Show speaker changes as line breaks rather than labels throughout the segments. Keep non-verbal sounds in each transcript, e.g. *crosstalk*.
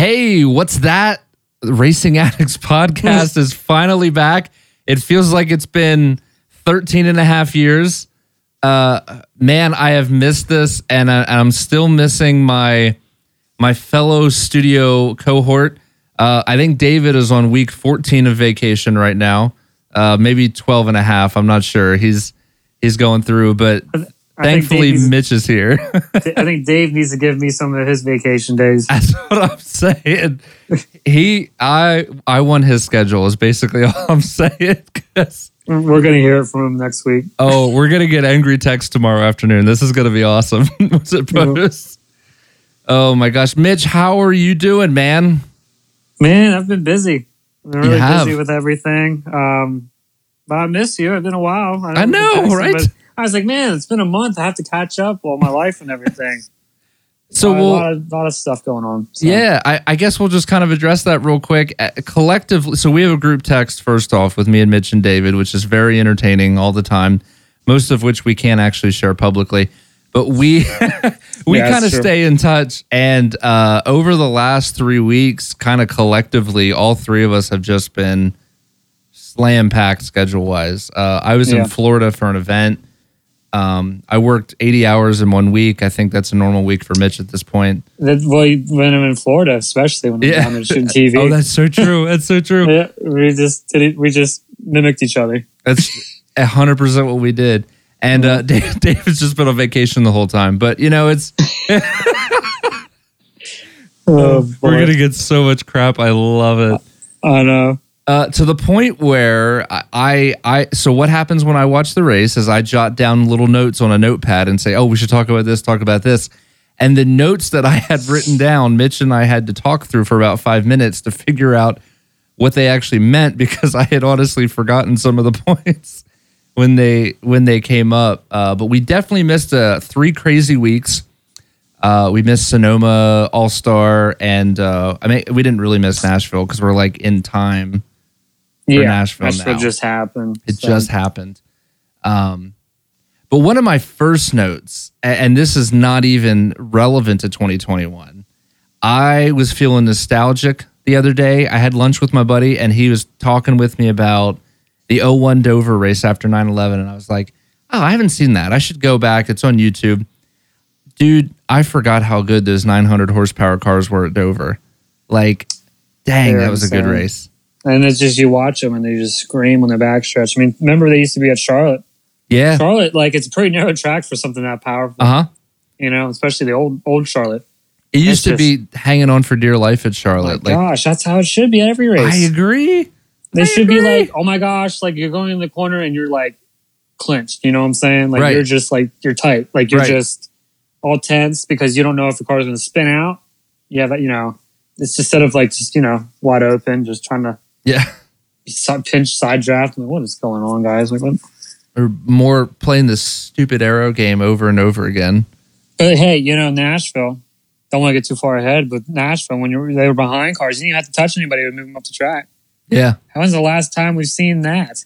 what's that? The Racing *laughs* Addicts podcast is finally back. It feels like it's been 13 and a half years. Uh, man, I have missed this, and I, I'm still missing my my fellow studio cohort. Uh, I think David is on week 14 of vacation right now, uh, maybe 12 and a half. I'm not sure. He's he's going through, but
I think
thankfully
Davey's-
Mitch is here. *laughs*
I think Dave needs to give me some of his vacation days.
That's what I'm saying. He, I, I won his schedule. Is basically *laughs* all I'm saying. 'Cause-
We're gonna hear it from him next week.
oh, we're gonna get angry text tomorrow afternoon. This is gonna be awesome. *laughs* Was it
Yeah.
post? Oh my gosh, Mitch, how are you doing, man?
Man, I've been busy. I've been
You
really
have.
busy with everything. Um, but I miss you. It's been a while.
I
haven't
know,
been texting,
right?
but I was like, man, it's been a month. I have to catch up all my life and everything.
*laughs* So
a
we'll,
lot, of, lot of stuff going on. so.
Yeah, I, I guess we'll just kind of address that real quick. Uh, Collectively, so we have a group text first off with me and Mitch and David, which is very entertaining all the time, most of which we can't actually share publicly. But we *laughs* we
Yeah, that's
kind of
true.
stay in touch, and uh, over the last three weeks, kind of collectively, all three of us have just been slam packed schedule wise. Uh, I was
Yeah.
in Florida for an event. Um, I worked 80 hours in one week. I think that's a normal week for Mitch at this point.
That, well, you- when I'm in Florida, especially when I'm
Yeah.
down
*laughs*
there shooting TV.
Oh, that's so true. That's so true.
*laughs* yeah, we just did it, we just mimicked each other.
That's hundred percent what we did. And uh, *laughs* Dave, Dave's just been on vacation the whole time. But you know, it's
Oh,
we're
boy.
gonna get so much crap. I love it.
I know.
Uh, to the point where I, I, I, so what happens when I watch the race is I jot down little notes on a notepad and say, oh, we should talk about this, talk about this. And the notes that I had written down, Mitch and I had to talk through for about five minutes to figure out what they actually meant *laughs* because I had honestly forgotten some of the *laughs* points when they when they came up. Uh, but we definitely missed uh, three crazy weeks. Uh, we missed Sonoma All Star, and uh, I mean we didn't really miss Nashville because we're like in time.
Yeah,
Nashville now.
just happened.
It
so.
just happened. Um, but one of my first notes, a- and this is not even relevant to 2021, I was feeling nostalgic the other day. I had lunch with my buddy, and he was talking with me about the 01 Dover race after 9 11. And I was like, oh, I haven't seen that. I should go back. It's on YouTube. Dude, I forgot how good those 900 horsepower cars were at Dover. Like, dang,
They're
that was a good
insane.
race.
And it's just you watch them and they just scream on the backstretch. I mean, remember they used to be at Charlotte.
Yeah.
Charlotte, like it's a pretty narrow track for something that powerful,
Uh huh.
you know, especially the old old Charlotte.
It used to
It's Oh
be hanging on for dear life at Charlotte.
my
like
gosh, that's how it should be at every race.
I agree.
they
I
should be
agree.
like, oh my gosh, like you're going in the corner and you're like clenched. You know what I'm saying? Like
Right.
you're just like you're tight. Like you're
Right.
just all tense because you don't know if the car's going to spin out. Yeah, that you know, it's instead of like just you know wide open, just trying to
Yeah.
si- pinch side draft. I'm like, what is going on, guys? Like, what?
Or more playing this stupid arrow game over and over again.
But hey, you know Nashville. Don't want to get too far ahead, but Nashville, when you were, they were behind cars, you didn't even have to touch anybody to move them up the track.
Yeah.
When's the last time we've seen that?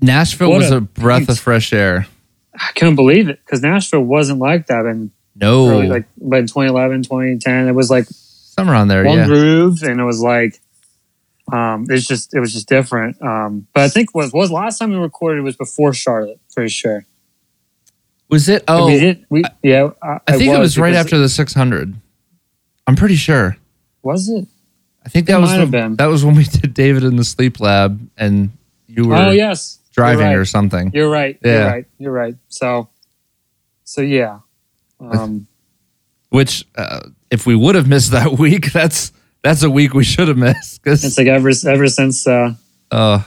Nashville
What
was
a
a breath of
beast.
fresh air.
I couldn't believe it because Nashville wasn't like that in
No.
early, like but in 2011, 2010, it was like
Somewhere on there,
one
yeah.
groove, and it was like, um, it's just it was just different. Um, but I think what was last time we recorded was before Charlotte, pretty sure.
Was it?
And
Oh,
we did. We yeah. I,
I think it was, right
because-
after the 600. I'm pretty sure.
Was it?
I think
It
that was
might
the-
have been.
that was when we *laughs* did David in the sleep lab and you were
oh yes, You're
driving
right.
or something.
You're right.
Yeah.
You're right. You're right. So, so yeah. Um,
Which, uh, if we would have missed that *laughs* week, that's that's a week we should have missed.
it's
Because
like ever ever since uh,
uh,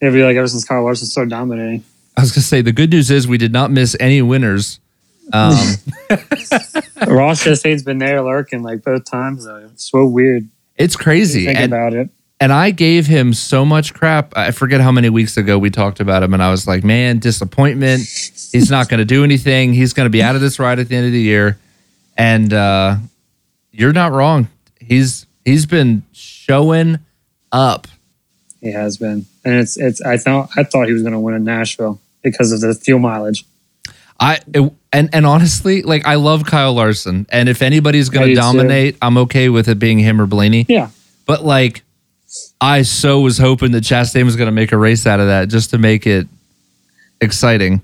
it'd be like ever since Kyle Larson started dominating.
I was gonna say the good news is we did not miss any winners. Um,
Ross Chastain's been there lurking like both times though. It's so weird.
it's crazy,
Think
and,
about it.
and I gave him so much crap. I forget how many weeks ago we talked about him, and I was like, "Man, disappointment. He's not gonna do anything. He's gonna be out of this ride at the end of the year." And uh, you're not wrong. He's he's been showing up.
He has been, and it's it's. I thought I thought he was going to win in Nashville because of the fuel mileage.
I it- and and honestly, like I love Kyle Larson, and if anybody's
I
gonna
do too.
dominate, I'm okay with it being him or Blaney.
uh, Yeah,
But like, I so was hoping that Chastain was going to make a race out of that just to make it exciting.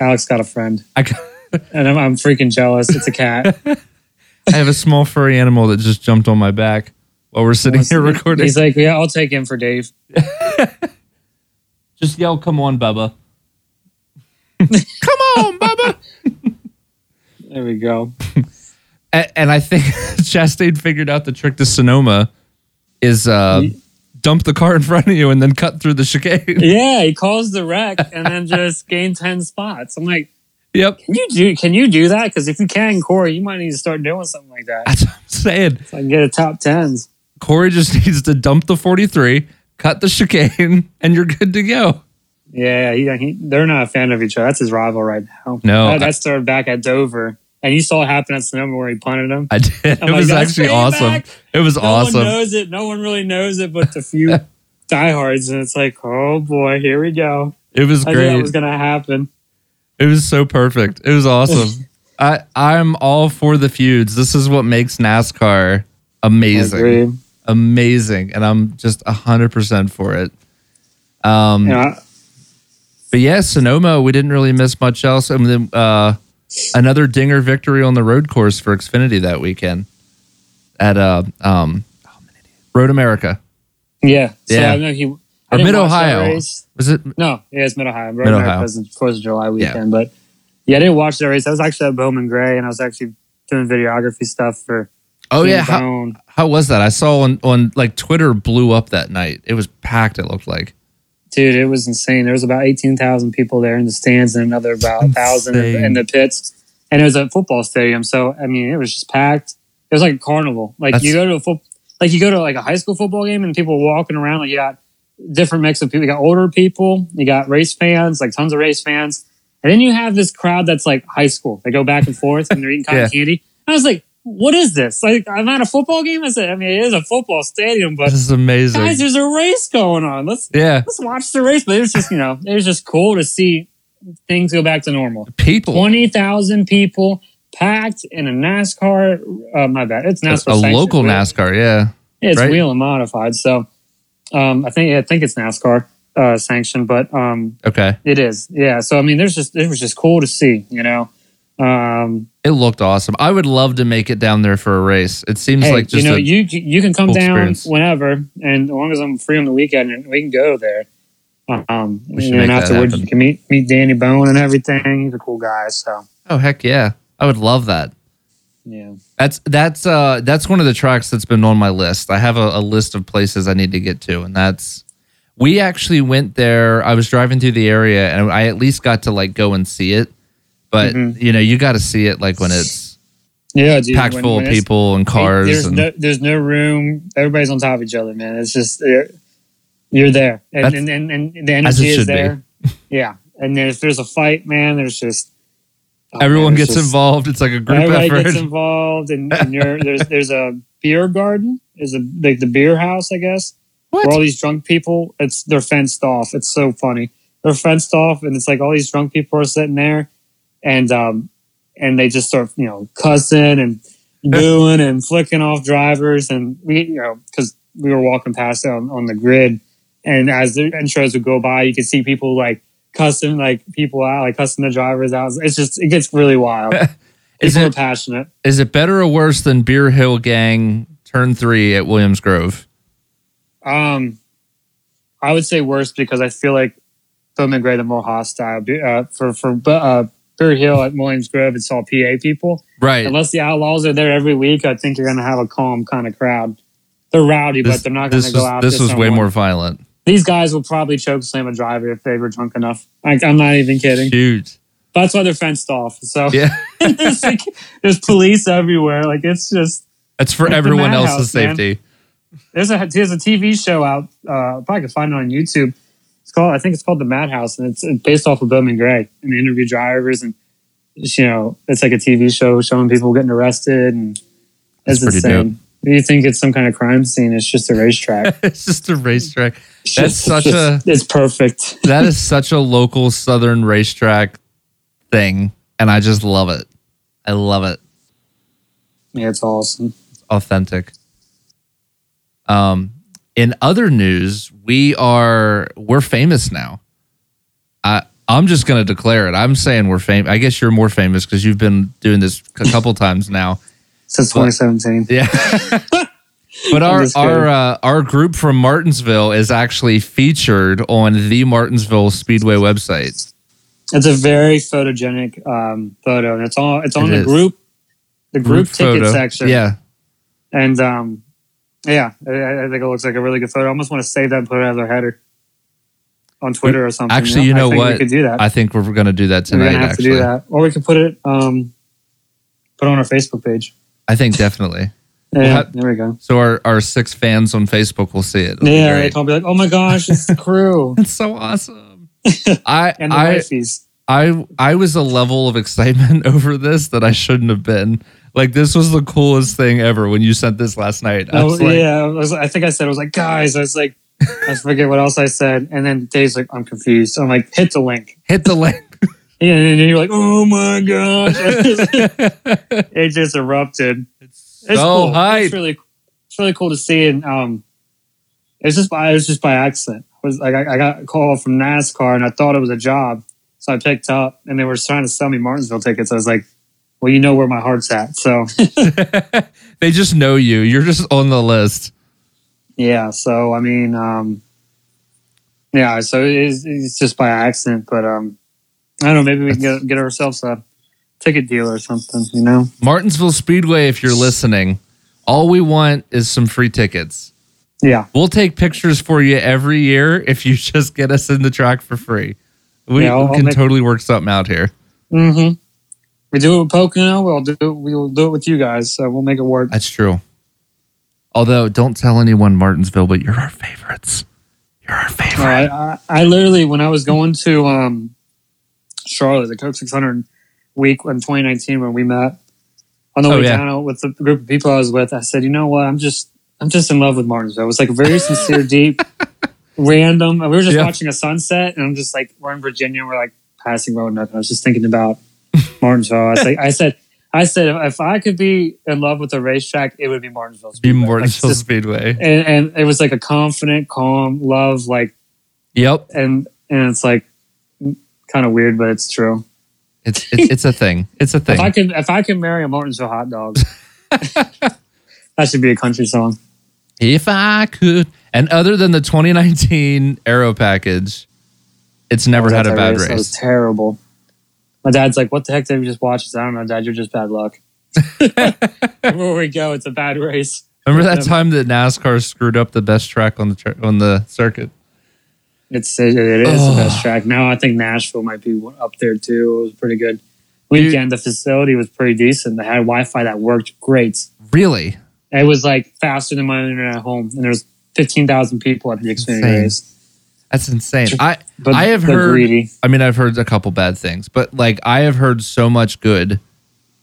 Alex got a friend,
I, c- *laughs*
and I'm, I'm freaking jealous. It's a cat.
I have a small furry animal that just jumped on my back while we're sitting here recording.
He's like, yeah, I'll take him for Dave.
just yell, "Come on, Bubba!" *laughs* Come on, Bubba!
There we go.
And, and I think *laughs* Chastain figured out the trick to Sonoma is uh,
Ye-
dump the car in front of you and then cut through the
*laughs*
chicane. *laughs*
Yeah, he calls the wreck and then just gain ten spots. I'm like,
yep,
can you do? Can you do that? Because if you can, Corey, you might need to start doing something like that.
that's what I'm saying.
So I can get a top tens.
Corey just *laughs* needs to dump the 43, cut the chicane, and you're good to go.
Yeah, he, he, they're not a fan of each other. That's his rival right now.
No,
that, that started back at Dover, and you saw it happen at Sonoma where he punted him.
I did.
I'm
it
like,
was
"That's
actually
feedback.
awesome. It was
No
awesome.
one knows it. No one really knows it, but the few
*laughs*
diehards, and it's like, oh boy, here we go.
It was
I knew that
great.
was gonna happen.
It was so perfect. It was awesome.
*laughs*
I I'm all for the feuds. This is what makes NASCAR
I
amazing,
agree.
amazing, and I'm just hundred percent for it. Um,
You know, I-
but yeah, Sonoma, we didn't really miss much else. And then uh, another dinger victory on the road course for Xfinity that weekend at uh, um, oh, I'm an idiot. Road America.
yeah, so
Yeah.
I know he. Or
Or Mid-Ohio. Was it?
No, yeah, it's Mid Ohio. Mid
Mid-Ohio.
Ohio was Fourth of July
Yeah.
weekend, but yeah, I didn't watch that race. I was actually at Bowman Gray, and I was actually doing videography stuff for.
Oh
Jim
yeah. How,
Bone.
how was that? I saw on on like Twitter blew up that night. It was packed. It looked like.
dude, it was insane. There was about eighteen thousand people there in the stands, and another about thousand
Insane.
in the pits. And it was a football stadium, so I mean, it was just packed. It was like a carnival. Like
That's-
you go to a foot, like you go to like a high school football game, and people walking around. Like you got different mix of people. You got older people, you got race fans, like tons of race fans, and then you have this crowd that's like high school. They go back and forth, and they're eating cotton
*laughs* Yeah.
candy. I was like. What is this? Like, I'm at a football game. I said, I mean, it is a football stadium, but
This is amazing.
guys, there's a race going on. Let's
yeah.
let's watch the race. But it was just, you know, it was just cool to see things go back to normal.
People.
20,000 people packed in a NASCAR. Uh, my bad. It's
a,
NASCAR.
a
sanctioned,
local
right?
NASCAR, yeah.
It's
right?
wheel and modified. So um, I think I think it's NASCAR uh, sanctioned, but um,
Okay.
it is. Yeah. So, I mean, there's just, it was just cool to see, you know. Um,
It looked awesome. I would love to make it down there for a race. It seems
hey,
like just
you know,
a-
you you can come
cool
down
experience.
whenever, and as long as I'm free on the weekend, and we can go there. Um,
We should
and
make
then
that
afterwards,
happen.
you can meet meet Danny Bone and everything. He's a cool guy, so
oh heck yeah. I would love that.
Yeah.
That's that's uh that's one of the tracks that's been on my list. I have a, a list of places I need to get to, and that's we actually went there. I was driving through the area and I at least got to like go and see it. But
Mhm.
you know, you gotta see it like when it's
Yeah, dude.
packed
when-
full
when
of
it's-
people and cars
There's
and
no there's no room. Everybody's on top of each other, man. It's just you're, you're there. And,
That's-
and, and and the
as it
energy is
should be.
there. yeah. And then if there's a fight, man, there's just oh,
everyone
man,
gets
there's just-
involved. It's like a group
Everybody
effort.
gets involved and, and you're, there's there's a beer garden, is a like the beer house, I guess. Where all
what?
these drunk people, it's they're fenced off. It's so funny. They're fenced off, and it's like all these drunk people are sitting there, and um, and they just start you know cussing and booing and flicking off drivers, and we you know because we were walking past it on, on the grid, and as the intros would go by, you could see people like cussing like people out, like cussing the drivers out. It's just it gets really wild.
Is
people
it-
are passionate.
Is it better or worse than Beer Hill Gang Turn Three at Williams Grove?
Um, I would say worse because I feel like Bowman Gray the more hostile Be- uh, for for uh, Bear Hill at Williams Grove. It's all PA people.
Right.
Unless the Outlaws are there every week, I think you're going to have a calm kind of crowd. They're rowdy,
This,
but they're not going
this
to go out.
was this
to
was way
someone.
more violent.
These guys will probably choke slam a driver if they were drunk enough. Like I'm not even kidding. *laughs*
Shoot.
That's why they're fenced off. So
Yeah.
*laughs* there's, like, there's police everywhere. Like it's just
That's for
It's a
everyone
madhouse,
else's
man.
safety.
There's a there's a TV show out. Uh, probably could find it on YouTube. It's called I think it's called The Madhouse, and it's it's based off of Bowman Gray and they interview drivers and it's, you know it's like a TV show showing people getting arrested and
That's
it's
pretty
insane. You think it's some kind of crime scene? It's just a
*laughs*
racetrack.
it's just a racetrack.
It's
That's
just-
such
it's just- It's perfect.
That is such a local southern racetrack thing, and I just love it. I love it.
Yeah, it's awesome.
Authentic. Um, in other news, we are we're famous now. I I'm just gonna declare it. I'm saying we're famous. I guess you're more famous because you've been doing this a couple times now.
since
But-
2017.
Yeah. *laughs* But our
just kidding.
our uh, our group from Martinsville is actually featured on the Martinsville Speedway website.
It's a very photogenic um, photo, and it's all it's on
It
the
is.
group, the group, ticket
photo.
section.
Yeah,
and um, yeah, I, I think it looks like a really good photo. I almost want to save that and put it as our header on Twitter or something.
actually, you
I
know
think
what?
We could do that.
I think we're gonna do that
We're
tonight.
gonna have
actually,
to do that, or we could put it um, put it on our Facebook page.
I think definitely.
Yeah,
ha-
there we go.
So our our six fans on Facebook will see it. It'll be
Yeah,
great. *laughs*
right. I'll be like, oh my gosh, it's the crew
That's so
*laughs*
awesome. I
and the
I,
wifeys.
I I was a level of excitement *laughs* over this that I shouldn't have been. Like this was the coolest thing ever when you sent this last night. I
Oh,
was like,
yeah, I, was, I think I said I was like, guys, I was like, I forget what else I said, and then Dave's like, I'm confused. I'm like, hit the link,
hit the
*laughs*
link. *laughs*
yeah, and then you're like, oh my gosh, *laughs* it just erupted.
it's
It's
so
cool.
hype.
It's really, it's really cool to see, and um, it's just by it was just by accident. It was like I, I got a call from NASCAR, and I thought it was a job, so I picked up, and they were trying to sell me Martinsville tickets. I was like, well, you know where my heart's at, so
*laughs* they just know you. You're just on the list.
Yeah. So I mean, um, yeah. So it's, it's just by accident, but um, I don't know. Maybe we can get, get ourselves a ticket deal or something. You know?
Martinsville Speedway, if you're listening, all we want is some free tickets.
Yeah.
We'll take pictures for you every year *laughs* if you just get us in the track for free. We,
Yeah, I'll-
we
I'll
can
make-
totally work something out here.
Mm-hmm. We do it with Pocono. We'll do it. We'll do it with you guys. So we'll make it work.
That's true. Although, don't tell anyone Martinsville, but you're our favorites. You're our favorite.
All right. I, I literally, when I was going to um, Charlotte, the Coke 600 week in 2019, when we met on the
Oh,
way
yeah.
down with the group of people I was with, I said, you know what? I'm just, I'm just in love with Martinsville. It was like a
*laughs*
very sincere, deep, random. We were just
Yeah.
watching a sunset, and I'm just like, we're in Virginia, and we're like passing Roanoke. and I was just thinking about Martinsville. I was like, I said, I said, if, if I could be in love with a racetrack, it would be Martinsville.
Be
Speedway. Like,
Martinsville
just-
Speedway.
and, and it was like a confident, calm love, like
Yep,
and and it's like kind of weird, but it's true.
it's it's, it's a thing. It's
*laughs*
a
If I
thing.
can if I can marry a Martinsville hot
*laughs*
dog, that should be a country song.
If I could, and other than the 2019 Aero package, it's never had a
That
bad
That was
race.
terrible. My dad's like, "What the heck did we just watch?" I said, I don't know, Dad. You're just
*laughs*
bad luck. Where we go, it's a bad race.
Remember that
Yeah.
time that NASCAR screwed up the best track on the tr- on the circuit?
It's it, it is
Oh.
the best track. Now I think Nashville might be one- up there too. It was pretty good weekend. The facility was pretty decent. They had Wi-Fi that worked great.
Really?
It was like faster than my internet at home, and there was fifteen thousand people at the Xfinity
Insane.
race.
That's insane. I
But
I have
they're
heard-
greedy.
I mean, I've heard a couple bad things, but like I have heard so much good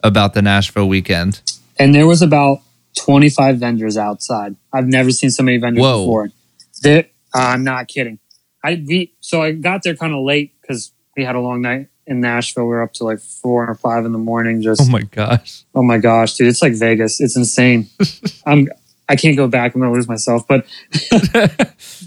about the Nashville weekend.
And there was about twenty five vendors outside. I've never seen so many vendors
Whoa.
before. They- uh, I'm not kidding. I we so I got there kind of late because we had a long night in Nashville. We were up to like four or five in the morning. Just
Oh my gosh.
Oh my gosh, dude, it's like Vegas.
*laughs*
It's insane. I'm I can't go back. I'm gonna lose myself, but *laughs*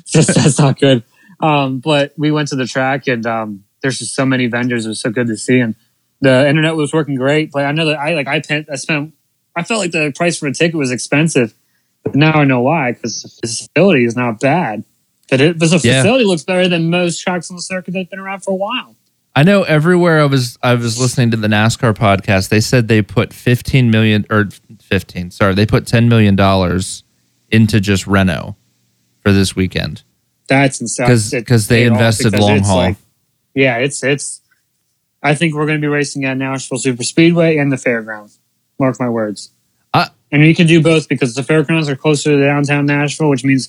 just that's not good. Um, but we went to the track and um, there's just so many vendors. It was so good to see, and the internet was working great. But I know that I like I pen- I spent I felt like the price for a ticket was expensive, but now I know why because the facility is not bad. But it, but the
Yeah.
facility looks better than most tracks on the circuit that've been around for a while.
I know everywhere I was I was listening to the NASCAR podcast, they said they put 15 million or 15, sorry, they put 10 million dollars into just Reno for this weekend.
That's insane.
'Cause- 'cause they invested long haul.
yeah, it's it's. I think we're going to be racing at Nashville Super Speedway and the fairgrounds. Mark my words.
Uh,
and you can do both because the fairgrounds are closer to downtown Nashville, which means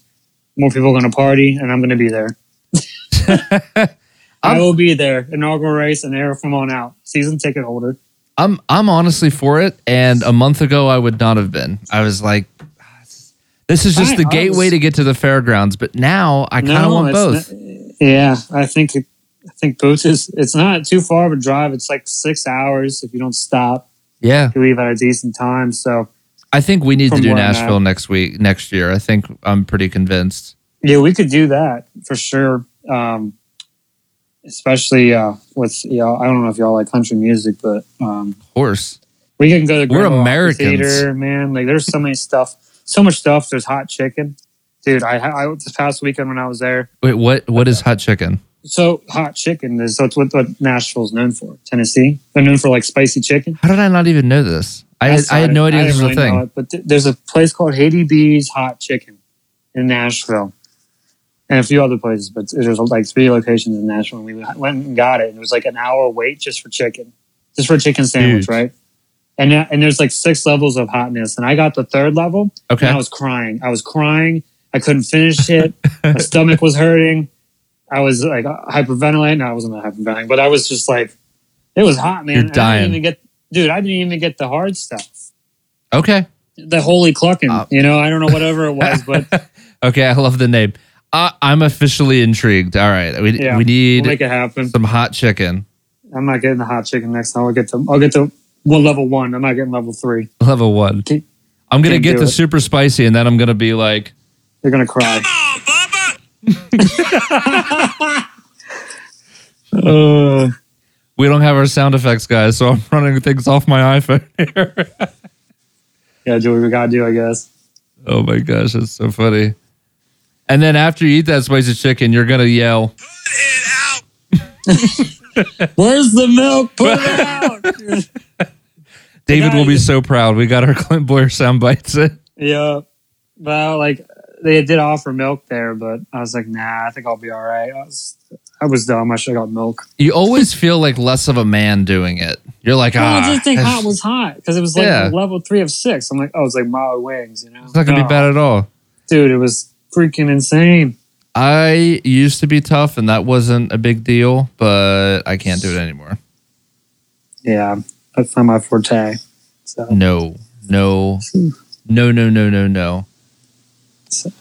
more people are going to party, and I'm going to be
*laughs*
there. I will be there. Inaugural race and there from on out. Season ticket holder.
I'm I'm honestly for it and a month ago I would not have been. I was like this is just
Fine,
the
I was-
gateway to get to the fairgrounds, but now I kind of want
it's
both.
not- yeah, I think it, I think Boots is. It's not too far of a drive. It's like six hours if you don't stop.
yeah.
you leave at a decent time. So
I think we need to
From
do
where I'm at.
Nashville next week, next year. I think I'm pretty convinced.
Yeah, we could do that for sure. Um, especially uh, with y'all. I don't know if y'all like country music, but um,
Of course.
we can go to
We're
Grandma
Americans.
Theater, man. Like there's so many stuff, so much stuff. There's hot chicken, dude. I, I this past weekend when I was there.
Wait, what? What is hot chicken?
So hot chicken is that's what, what Nashville's known for. Tennessee, they're known for like spicy chicken.
How did I not even know this? I had,
That's
I had
not
no
it.
idea
I
this was
didn't
a
really know
thing.
it, but th- there's a place called Haiti Bee's Hot Chicken in Nashville, and a few other places. But there's like three locations in Nashville, and we went and got it. And it was like an hour wait just for chicken, just for a chicken sandwich,
Huge.
right? And that- and there's like six levels of hotness, and I got the third level, and I
Okay.
was crying. I was crying. I couldn't finish it. My
*laughs*
stomach was hurting. I was like hyperventilating. I wasn't hyperventilating, but I was just like, it was hot, man.
You're
And I
dying.
didn't even get, dude. I didn't even get the hard stuff
Okay.
the holy clucking.
Uh,
you know, I don't know whatever it was,
*laughs*
but
okay. I love the name. Uh, I'm officially intrigued. All right. We,
Yeah.
we
we'll
need
make it happen.
some hot chicken.
I'm not getting the hot chicken next time. I'll get the I'll get the well level one. I'm not getting level three.
Level one.
Can't-
I'm gonna
can't
get
do
the
it.
super spicy, and then I'm gonna be like,
You're gonna cry. *laughs*
*laughs*
Uh,
we don't have our sound effects, guys, so I'm *laughs* running things off my iPhone here. *laughs*
yeah, do what we gotta do, I guess.
oh my gosh, that's so funny. And then after you eat that spicy chicken, you're gonna yell.
Where's the milk? Put *laughs* it out.
David
Yeah,
will be
you-
so proud. We got our *laughs* Clint Blair sound bites. in.
yeah. Well, like they did offer milk there, but I was like, nah, I think I'll be all right. I was, I was dumb. I should have got milk.
You always feel like less of a man doing it. You're like, ah,
I just think
it's-
hot was hot because it was like
like, Yeah.
level three of six. I'm like, oh, it's like mild wings, you
*laughs*
know?
it's not gonna be bad at all.
dude, it was freaking insane.
I used to be tough, and that wasn't a big deal, but I can't do it anymore.
Yeah, that's not my forte. So,
No, no, no, no, no, no, no.
so,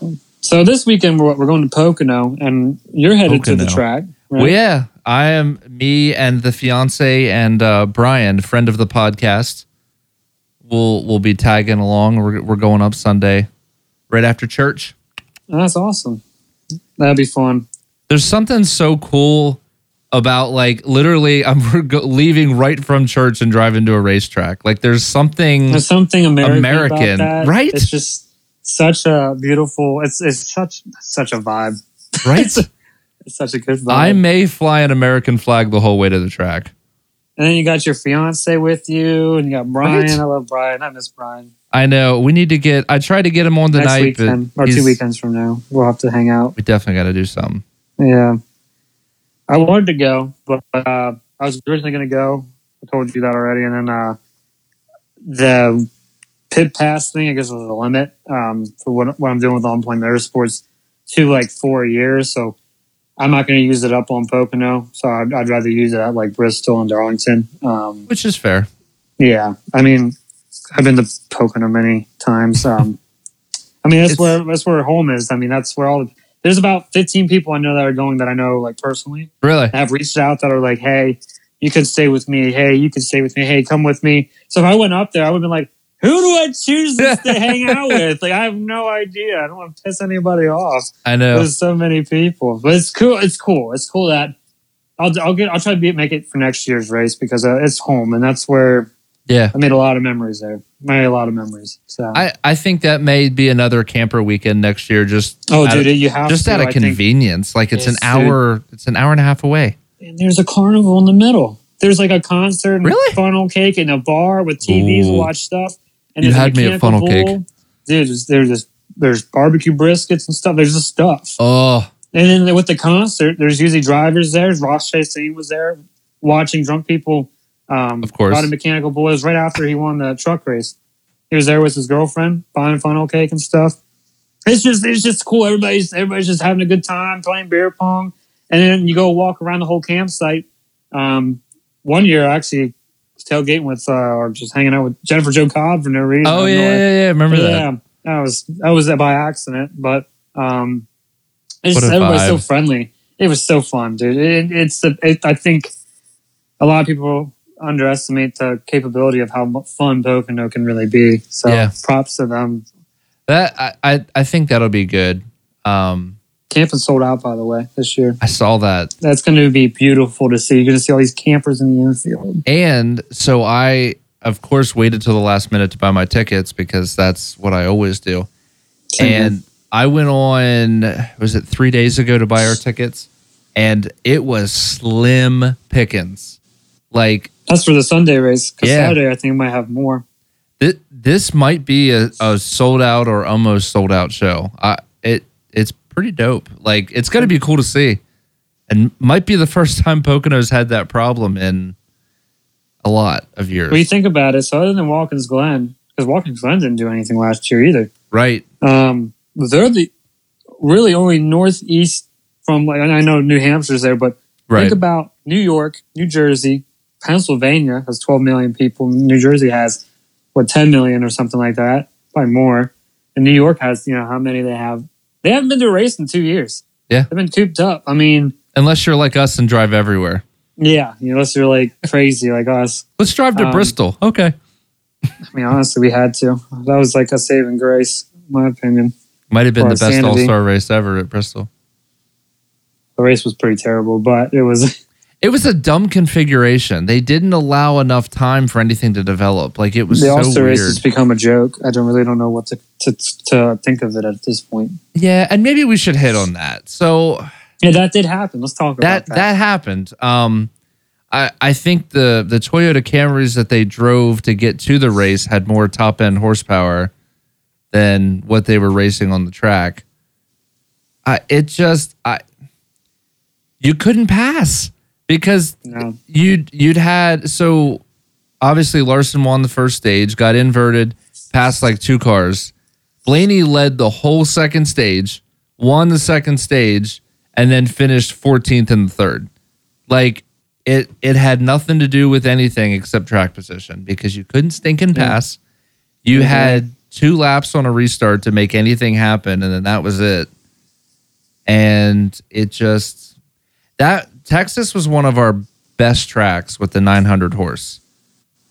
so this weekend we're, we're going to Pocono, and you're headed to the
Pocono.
track. Right?
Well, yeah, I am me and the fiance and uh, Brian, friend of the podcast. We'll we'll be tagging along. We're we're going up Sunday, right after church.
That's awesome. That'd be fun.
There's something so cool about like literally, I'm *laughs* we're go- leaving right from church and driving to a racetrack. Like there's something.
There's something American,
Mm. American,
about that.
right?
It's just such a beautiful. It's it's such such a vibe.
*laughs* Right?
*laughs* It's, it's such a good vibe.
I may fly an American flag the whole way to the track.
and then you got your fiance with you, and you got Brian.
Right?
I love Brian. I miss Brian.
I know we need to get. I tried to get him on the
Next
night,
weekend
but
or two
he's-
weekends from now, we'll have to hang out.
We definitely got to do something.
Yeah. I wanted to go, but uh, I was originally going to go. I told you that already. And then uh, the pit pass thing, I guess, was the limit um, for what, what I'm doing with On Point Motorsports to like four years. So I'm not going to use it up on Pocono. So I'd, I'd rather use it at like Bristol and Darlington. Um,
which is fair.
yeah. I mean, I've been to Pocono many times. Um, *laughs* I mean, that's
It's-
where that's where home is. I mean, that's where all the, there's about 15 people I know that are going that I know like personally
Really?
have reached out that are like, hey, you can stay with me. Hey, you can stay with me. Hey, come with me. So if I went up there, I would have been like, who do I choose this to hang out with? Like, I have no idea. I don't want to piss anybody off.
I know.
There's so many people, but it's cool. It's cool. It's cool that I'll, I'll get. I'll try to be, make it for next year's race because uh, it's home, and that's where
yeah.
I made a lot of memories there. Made a lot of memories. So,
I, I think that may be another camper weekend next year. Just
oh,
out
dude,
of-
you have
just
to,
out
I
of
think.
convenience. Like it's an
Yes, dude.
hour. It's an hour and a half away.
and there's a carnival in the middle. There's like a concert, and
Really?
funnel cake, and a bar with TVs to
Ooh.
watch stuff. And
You
there's a
had me at
mechanical
funnel cake.
bull. Dude, there's there's just there's barbecue briskets and stuff. There's just stuff.
Oh,
And then with the concert, there's usually drivers there. Ross Chastain was there watching drunk people. Um,
Of course.
Bought a mechanical bull. It was right after he won the truck race. He was there with his girlfriend buying funnel cake and stuff. It's just it's just cool. Everybody's everybody's just having a good time playing beer pong, and then you go walk around the whole campsite. Um, one year, I actually was tailgating with uh, or just hanging out with Jennifer Joe Cobb for no reason.
oh
I have
yeah,
no
yeah,
idea
yeah. Remember that?
yeah, I was I was by accident, but um, it's
What
just,
a
everybody's so
vibe.
friendly. It was so fun, dude. It, it's the it, I think a lot of people underestimate the capability of how mu- fun Pocono can really be. So
Yeah.
props to them.
That I, I I think that'll be good. Um,
Camping sold out, by the way, this year.
I saw that,
That's going to be beautiful to see. You're going to see all these campers in the infield.
and so I of course waited till the last minute to buy my tickets because that's what I always do. and I went on was it three days ago to buy our tickets, and it was slim pickings. Like
that's for the Sunday race. Because
Yeah.
Saturday, I think we might have more.
th- this might be a, a sold out or almost sold out show. I it it's pretty dope. Like it's gonna be cool to see, and might be the first time Poconos had that problem in a lot of years.
When you think about it, so other than Watkins Glen, because Watkins Glen didn't do anything last year either.
right?
Um, they're the really only northeast from like and I know New Hampshire's there, but
Right.
think about New York, New Jersey, Pennsylvania has 12 million people. New Jersey has what 10 million or something like that, probably more. And New York has you know how many they have. They haven't been to a race in two years.
Yeah.
they've been cooped up. I mean,
Unless you're like us and drive everywhere.
yeah, you know, unless you're like crazy like us.
Let's drive to
Um,
Bristol. Okay.
I mean, honestly, we had to. That was like a saving grace, in my opinion.
Might have been
for
the best all
sanity.
star race ever at Bristol.
The race was pretty terrible, but it was
It was a dumb configuration. They didn't allow enough time for anything to develop. Like it was
the
so
All-Star
weird.
race has become a joke. I don't really don't know what to, to to think of it at this point.
yeah, and maybe we should hit on that. So
Yeah, that did happen. Let's talk
that
about that.
that happened. Um, I I think the the Toyota Camrys that they drove to get to the race had more top end horsepower than what they were racing on the track. I it just I you couldn't pass because
No.
you'd you'd had so obviously Larson won the first stage, got inverted, passed like two cars. Blaney led the whole second stage, won the second stage, and then finished 14th in the third. Like it it had nothing to do with anything except track position because you couldn't stink and
Yeah.
pass. You
Mhm.
had two laps on a restart to make anything happen, and then that was it. And it just that Texas was one of our best tracks with the 900 horse.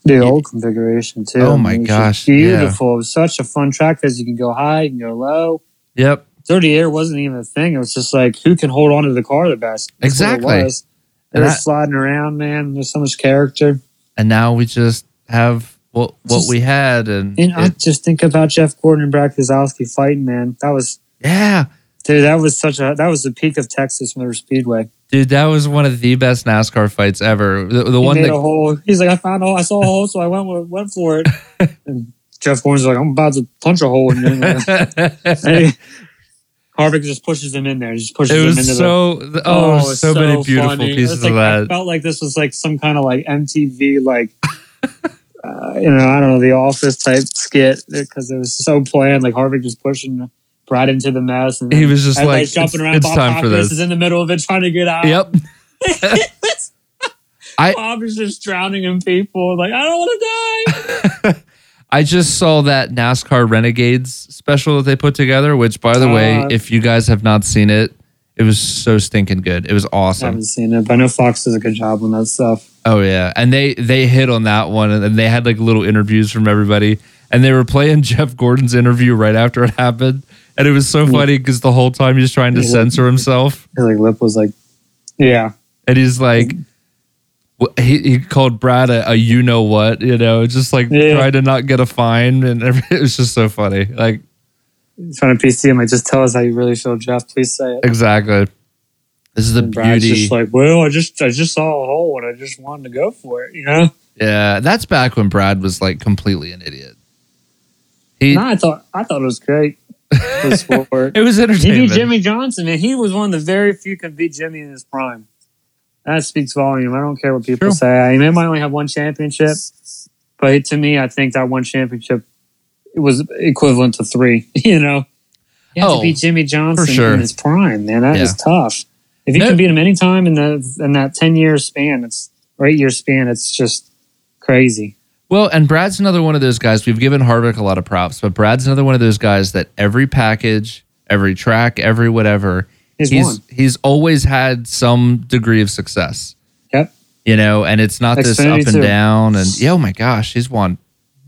The old configuration too.
Oh
I mean,
my
it was
gosh,
Beautiful. It was such a fun track because you can go high, you can go low.
Yep.
Dirty air wasn't even a thing. It was just like who can hold on to the car the best. That's what it
Exactly.
was. They
And,
were
I-
sliding around, man. There's so much character.
and now we just have what what we had and
And I
it-
just think about Jeff Gordon and Brad Keselowski fighting, man. That was
yeah.
dude, that was such a that was the peak of Texas Motor Speedway.
Dude, that was one of the best NASCAR fights ever. The, the
He
one
made
that
a hole. He's like, I found a hole, I saw a hole, so I went with-
*laughs*
went for it. and Jeff Gordon's like, I'm about to punch a hole in
*laughs*
you. hey, Harvick just pushes him in there. Just pushes
it
him
was
into the.
so th- oh,
it's
so, many beautiful
funny. It was
pieces
like-
of
I
that.
felt like this was like some kind of like
*laughs*
MTV like. Uh, you know, I don't know the office type skit because it was so planned. Like Harvick just pushing Brad into the mess, and
He was just
everybody's
like, it's,
um, jumping around.
it's
Bob
time for
Hopkins
this.
is in the middle of it trying to get out.
Yep. I-
Bob is just drowning in people. Like I
*laughs*
don't want to die.
I just saw that NASCAR Renegades special that they put together, which, by the way,
Uh,
if you guys have not seen it, it was so stinking good. It was
I
awesome.
haven't seen it, but I know Fox does a good job on that stuff.
Oh yeah, and they they hit on that one, and they had like little interviews from everybody, and they were playing *laughs* Jeff Gordon's interview right after it happened, and it was so funny because the whole time he's trying to
Yeah.
censor himself,
His like lip was like, yeah,
and he's like, wh- he he called Brad a, a you know what, you know, just like
Yeah.
trying to not get a fine, *laughs* and every, it was just so funny, like
trying to PC him. Like just tell us how you really feel, Jeff. Please say it.
exactly. This is the
And Brad's
beauty.
just like, well, I just I just saw a hole and I just wanted to go for it, you know.
yeah, that's back when Brad was like completely an idiot. He, *laughs*
no, I thought I thought it was great. for the sport.
it was
he
entertaining.
beat Jimmy Johnson, man. He was one of the very few could beat Jimmy in his prime. That speaks volume. I don't care what people
True.
say. I mean, he might only have one championship, but to me, I think that one championship it was equivalent to three. *laughs* You know, you have
Oh,
to beat Jimmy Johnson
sure.
in his prime, man. That is
Yeah.
tough. If you
No-
can beat him anytime in the in that ten year span, it's or eight year span, it's just crazy.
Well, and Brad's another one of those guys. We've given Harvick a lot of props, but Brad's another one of those guys that every package, every track, every whatever,
He's,
he's
one.
he's always had some degree of success.
Yep.
you know, and it's not this
Xfinity
up and
too.
down. And yeah, oh my gosh, he's won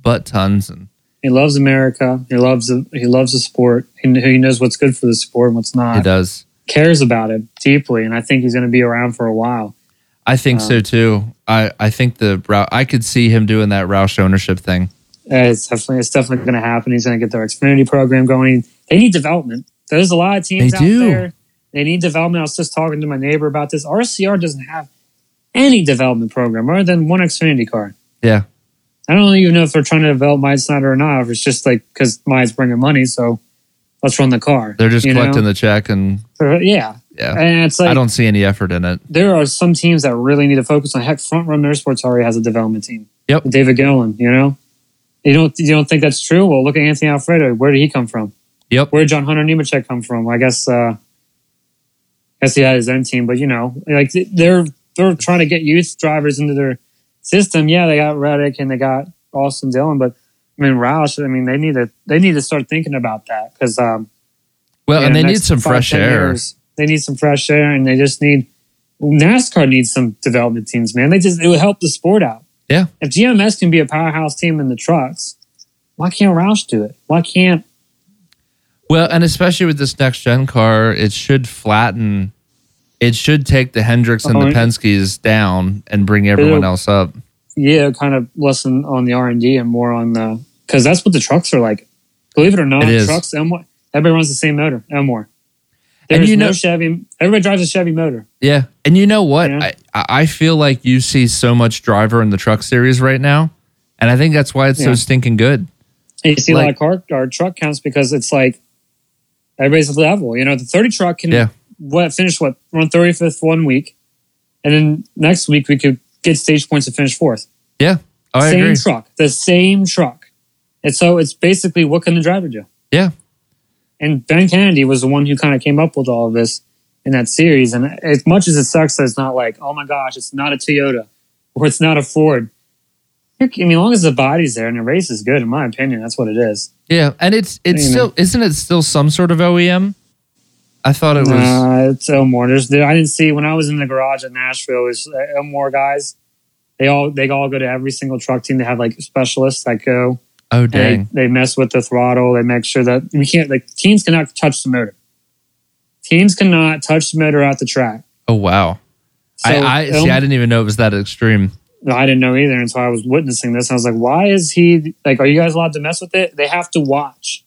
butt tons. And
He loves America. He loves the, he loves the sport. He, he knows what's good for the sport and what's
he
not.
does.
Cares about it deeply, and I think he's going to be around for a while.
I think
Um,
so too. I, I think the Rou- I could see him doing that Roush ownership thing.
Uh, It's definitely it's definitely going to happen. He's going to get their Xfinity program going. They need development. There's a lot of teams
They
out
do.
there. They need development. I was just talking to my neighbor about this. RCR doesn't have any development program other than one Xfinity car.
Yeah.
I don't even know if they're trying to develop Maya Snyder or not. If it's just like because Maya's bringing money, so let's run the car.
They're just collecting the check, and
the yeah,
yeah,
and it's
I
like
don't see any effort in it.
there are some teams that really need to focus on. Heck, Front Row Motorsports already has a development team.
Yep.
David Gillen. You know, you don't you don't think that's true? Well, look at Anthony Alfredo. Where did he come from?
Yep.
Where did John Hunter Nemechek come from? I guess uh, guess he had his own team, but you know, like they're they're trying to get youth drivers into their system. Yeah, they got Reddick and they got Austin Dillon, but I mean Roush. I mean they need to they need to start thinking about that because um,
Well,
you
Uh, and
know,
they need
next
some
five,
fresh
10
air.
years, they need some fresh air, and they just need NASCAR needs some development teams, man. They just it would help the sport out.
Yeah.
if GMS can be a powerhouse team in the trucks, why can't Roush do it? Why can't
Well, and especially with this next gen car, it should flatten. It should take the Hendricks and
Oh,
the
yeah.
Penskes down and bring everyone else up.
yeah kind of lessen on the R and D and more on the because that's what the trucks are like. Believe it or not,
It is.
trucks Elmore everybody runs the same motor Elmore.
And
There's
you
no
know-
Chevy. Everybody drives a Chevy motor.
Yeah, and you know what?
Yeah.
I I, I feel like you see so much driver in the truck series right now, and I think that's why it's so
Yeah.
stinking good.
And you see
Like-
a lot of car or truck counts because it's like everybody's at the level. You know, the 30 truck can
Yeah.
what finish what run 35th one week, and then next week we could get stage points and finish fourth.
Oh, I
same
agree.
truck, the same truck, and so it's basically what can the driver do?
Yeah.
And Ben Kennedy was the one who kind of came up with all of this in that series. And as much as it sucks that it's not like, oh my gosh, it's not a Toyota or it's not a Ford. I mean, as long as the body's there and the race is good, in my opinion, that's what it is.
Yeah, and it's it's
You know.
still isn't it still some sort of OEM? I thought it was.
Nah, it's Elmore. There's, there, I didn't see when I was in the garage at Nashville. It was uh, Elmore guys. They all they all go to every single truck team. They have like specialists that go.
oh
and they-
dang!
They, mess with the throttle. They make sure that we can't like teams cannot touch the motor. Teams cannot touch the motor at the track.
oh wow! I, I
Elm-
see. I didn't even know it was that extreme.
I didn't know either until I was witnessing this. I was like, why is he like, are you guys allowed to mess with it? They have to watch.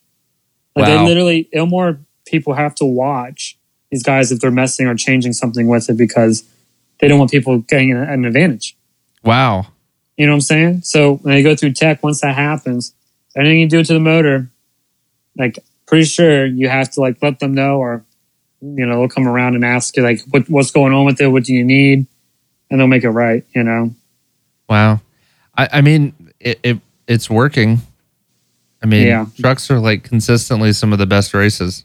Like
Wow.
they literally Ilmore people have to watch these guys if they're messing or changing something with it because they don't want people getting an, an advantage.
Wow.
You know what I'm saying? So when they go through tech, once that happens, anything you do to the motor, like pretty sure you have to like let them know or you know, they'll come around and ask you like what what's going on with it, what do you need? And they'll make it right, you know.
Wow. I, I mean, it, it it's working. I mean,
Yeah.
trucks are like consistently some of the best races.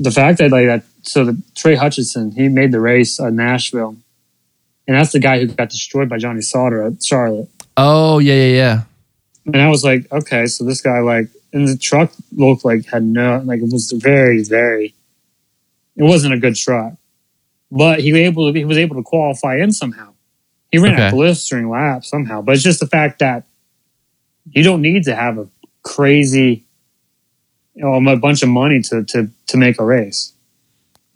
the fact that like that so the Trey Hutchinson, he made the race at Nashville. And that's the guy who got destroyed by Johnny Sauter at Charlotte.
Oh yeah, yeah, yeah.
And I was like, okay, so this guy like and the truck looked like had no like it was very, very it wasn't a good truck. But he able he was able to qualify in somehow. He ran
Okay.
a blistering lap somehow. But it's just the fact that you don't need to have a crazy you know, a bunch of money to to to make a race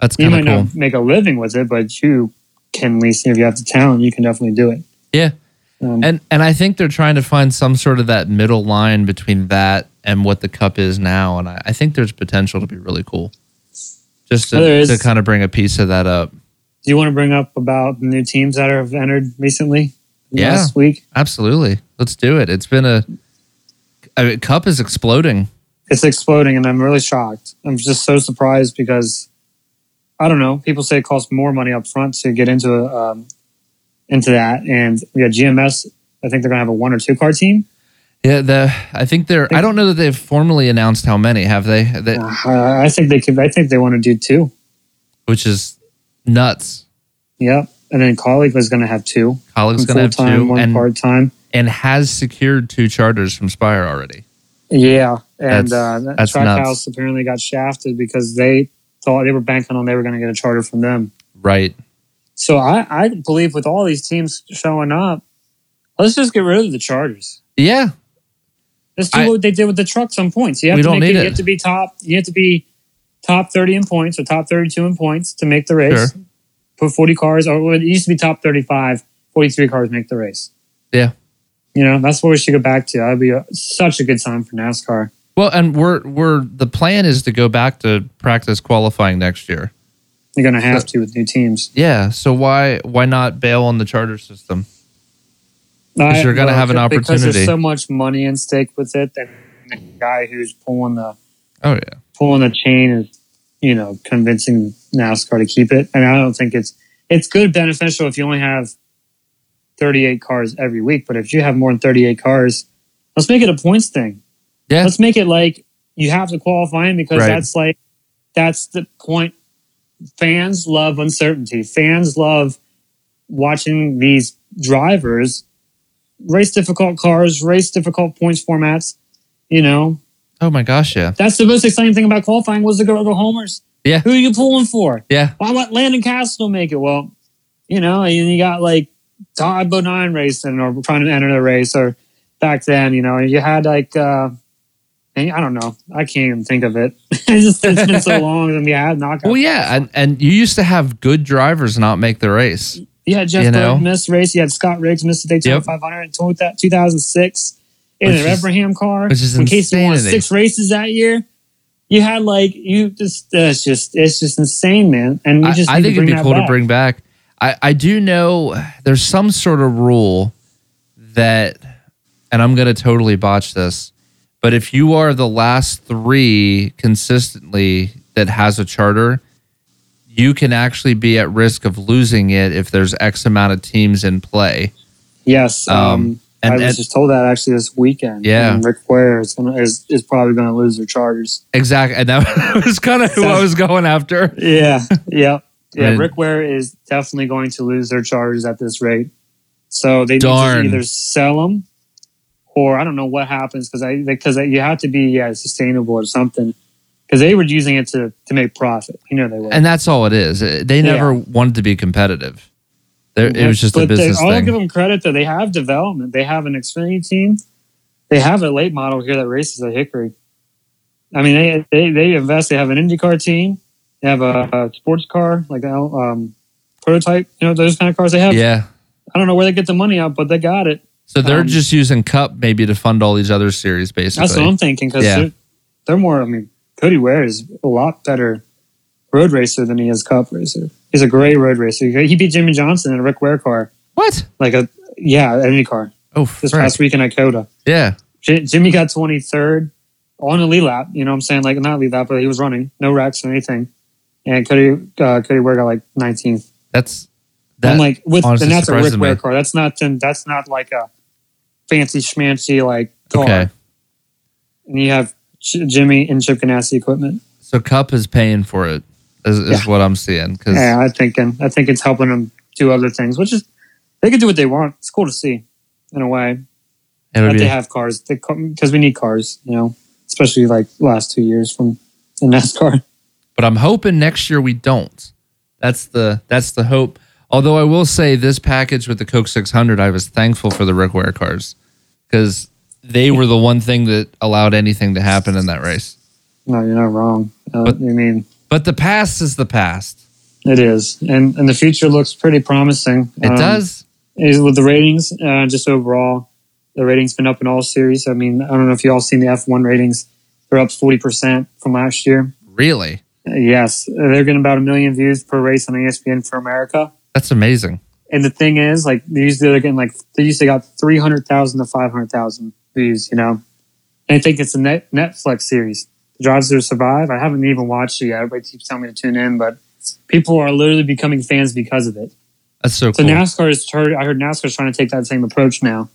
That's
you
kind
might
of cool.
not make a living with it, but you can at least if you have the talent, you can definitely do it.
Yeah.
Um,
And and I think they're trying to find some sort of that middle line between that and what the cup is now. And I, I think there's potential to be really cool. Just to,
Oh, there is.
to kind of bring a piece of that up.
do you want to bring up about the new teams that have entered recently?
Yeah.
Last week,
Absolutely. Let's do it. It's been a I mean, cup is exploding.
it's exploding, and I'm really shocked. I'm just so surprised because I don't know. People say it costs more money up front to get into um, into that, and we got GMS. I think they're gonna have a one or two car team.
Yeah, the I think they're I don't know that they've formally announced how many, have they? They-
Uh, I think they could. I think they want to do two.
Which is nuts.
Yep. And then colleague was gonna have two.
Colleagues
One
gonna have
full-time,
two
one
and,
part time.
and has secured two charters from Spire already.
Yeah, and
That's-
uh, that
that's
track
nuts.
house apparently got shafted because they thought they were banking on they were going to get a charter from them.
Right.
So I, I believe with all these teams showing up, let's just get rid of the Chargers.
Yeah,
Let's do
I-
what they did with the trucks on points. You have
We
to
don't
make
need
it,
it.
You have to be top. You have to be top thirty in points or top thirty-two in points to make the race. Put forty cars, or well, it used to be top 35, 43 cars make the race.
Yeah.
you know that's what we should go back to. That'd be a, such a good time for NASCAR.
Well, and we're we're the plan is to go back to practice qualifying next year.
You're going to have to with new teams.
Yeah. So why why not bail on the charter system? Because you're gonna
well,
have an
because
opportunity.
there's so much money in stake with it, and the guy who's pulling the
Oh yeah.
pulling the chain is, you know, convincing NASCAR to keep it. And I don't think it's it's good beneficial if you only have 38 cars every week. But if you have more than 38 cars, let's make it a points thing.
Yeah.
Let's make it like you have to qualify in because
Right.
that's like that's the point. Fans love uncertainty. Fans love watching these drivers race difficult cars, race difficult points formats. You know,
Oh my gosh, yeah.
that's the most exciting thing about qualifying was the girl the homers.
Yeah.
Who are you pulling for?
Yeah.
Why let Landon Castle make it? Well, you know, and you got like Todd Bonine racing or trying to enter the race or back then, you know, you had like uh and I don't know. I can't even think of it. *laughs* it's just it's been
*laughs*
so long and we had knockout.
Well yeah, and, and you used to have good drivers not make the race.
you had Jeff
you
you
know?
miss race, you had Scott Riggs miss the Daytona
Yep.
500 in tw- that 2006 in
Which
an
is-
Abraham car.
which is
when Casey won
insanity.
six races that year. You had like you just uh, it's just it's just insane, man. And we
I,
just
I think
need to
it'd
bring
be
that
cool to
back.
bring back. I, I do know there's some sort of rule that and I'm gonna totally botch this, but if you are the last three consistently that has a charter, you can actually be at risk of losing it if there's X amount of teams in play.
Yes, um,
Um, and-
I was
and-
just told that actually this weekend.
Yeah.
and Rick Ware is gonna, is, is probably going to lose their charters.
Exactly. And that *laughs* was kind of who I was going after. *laughs*
Yeah, yeah, yeah.
Right.
Rick Ware is definitely going to lose their charters at this rate. So they
Darn.
need to either sell them, or I don't know what happens because I because you have to be yeah sustainable or something because they were using it to to make profit. You know they were.
And that's all it is. They never wanted to be competitive. They're- It was just a
they-
business
I'll give
thing.
them credit though. They have development. They have an Xfinity team. They have a late model here that races at Hickory. I mean, they they, they invest. They have an IndyCar team. They have a, a sports car like um, prototype. You know those kind of cars they have.
Yeah.
I don't know where they get the money out, but they got it.
So they're
Um,
just using Cup maybe to fund all these other series, basically.
That's what I'm thinking because
Yeah.
they're, they're more. I mean, Cody Ware is a lot better road racer than he is cup racer. He's a great road racer. He beat Jimmy Johnson in a Rick Ware car,
What?
like a yeah, any car
Oh,
this
frick.
past weekend at Coda.
yeah.
J- Jimmy got 23rd on a lead lap. You know what I'm saying? Like, not lead lap, but he was running. No wrecks or anything. And Cody, uh, Cody Ware got like 19th.
That's
I'm
that.
like, with,
honestly
and that's a
surprises
Rick
me.
Ware car. That's not, that's not like a fancy schmancy like car.
okay.
And you have J- Jimmy and Chip Ganassi equipment.
So Cup is paying for it, is, is what I'm seeing. Because
Yeah, I think, and I think it's helping them do other things, which is, they can do what they want. It's cool to see in a way
it would
that
be
they have cars because we need cars, you know, especially like last two years from the NASCAR.
but I'm hoping next year we don't. That's the that's the hope. Although I will say this package with the Coke 600, I was thankful for the Rick Ware cars because they were the one thing that allowed anything to happen in that race.
No, you're not wrong. Uh,
But-
I mean,
But the past is the past.
it is, and and the future looks pretty promising.
It
Um,
does.
is with the ratings, uh, just overall, the ratings been up in all series. I mean, I don't know if you all seen the F1 ratings; they're up forty percent from last year.
Really,
Uh, Yes, they're getting about a million views per race on E ESPN for America.
that's amazing.
And the thing is, like, they usually they're getting like they usually got three hundred thousand to five hundred thousand views. You know, and I think it's a net Netflix series, The Drives to Survive. I haven't even watched it yet. Everybody keeps telling me to tune in, but people are literally becoming fans because of it.
That's so
So
cool.
NASCAR is. Tur- I heard NASCAR is trying to take that same approach now.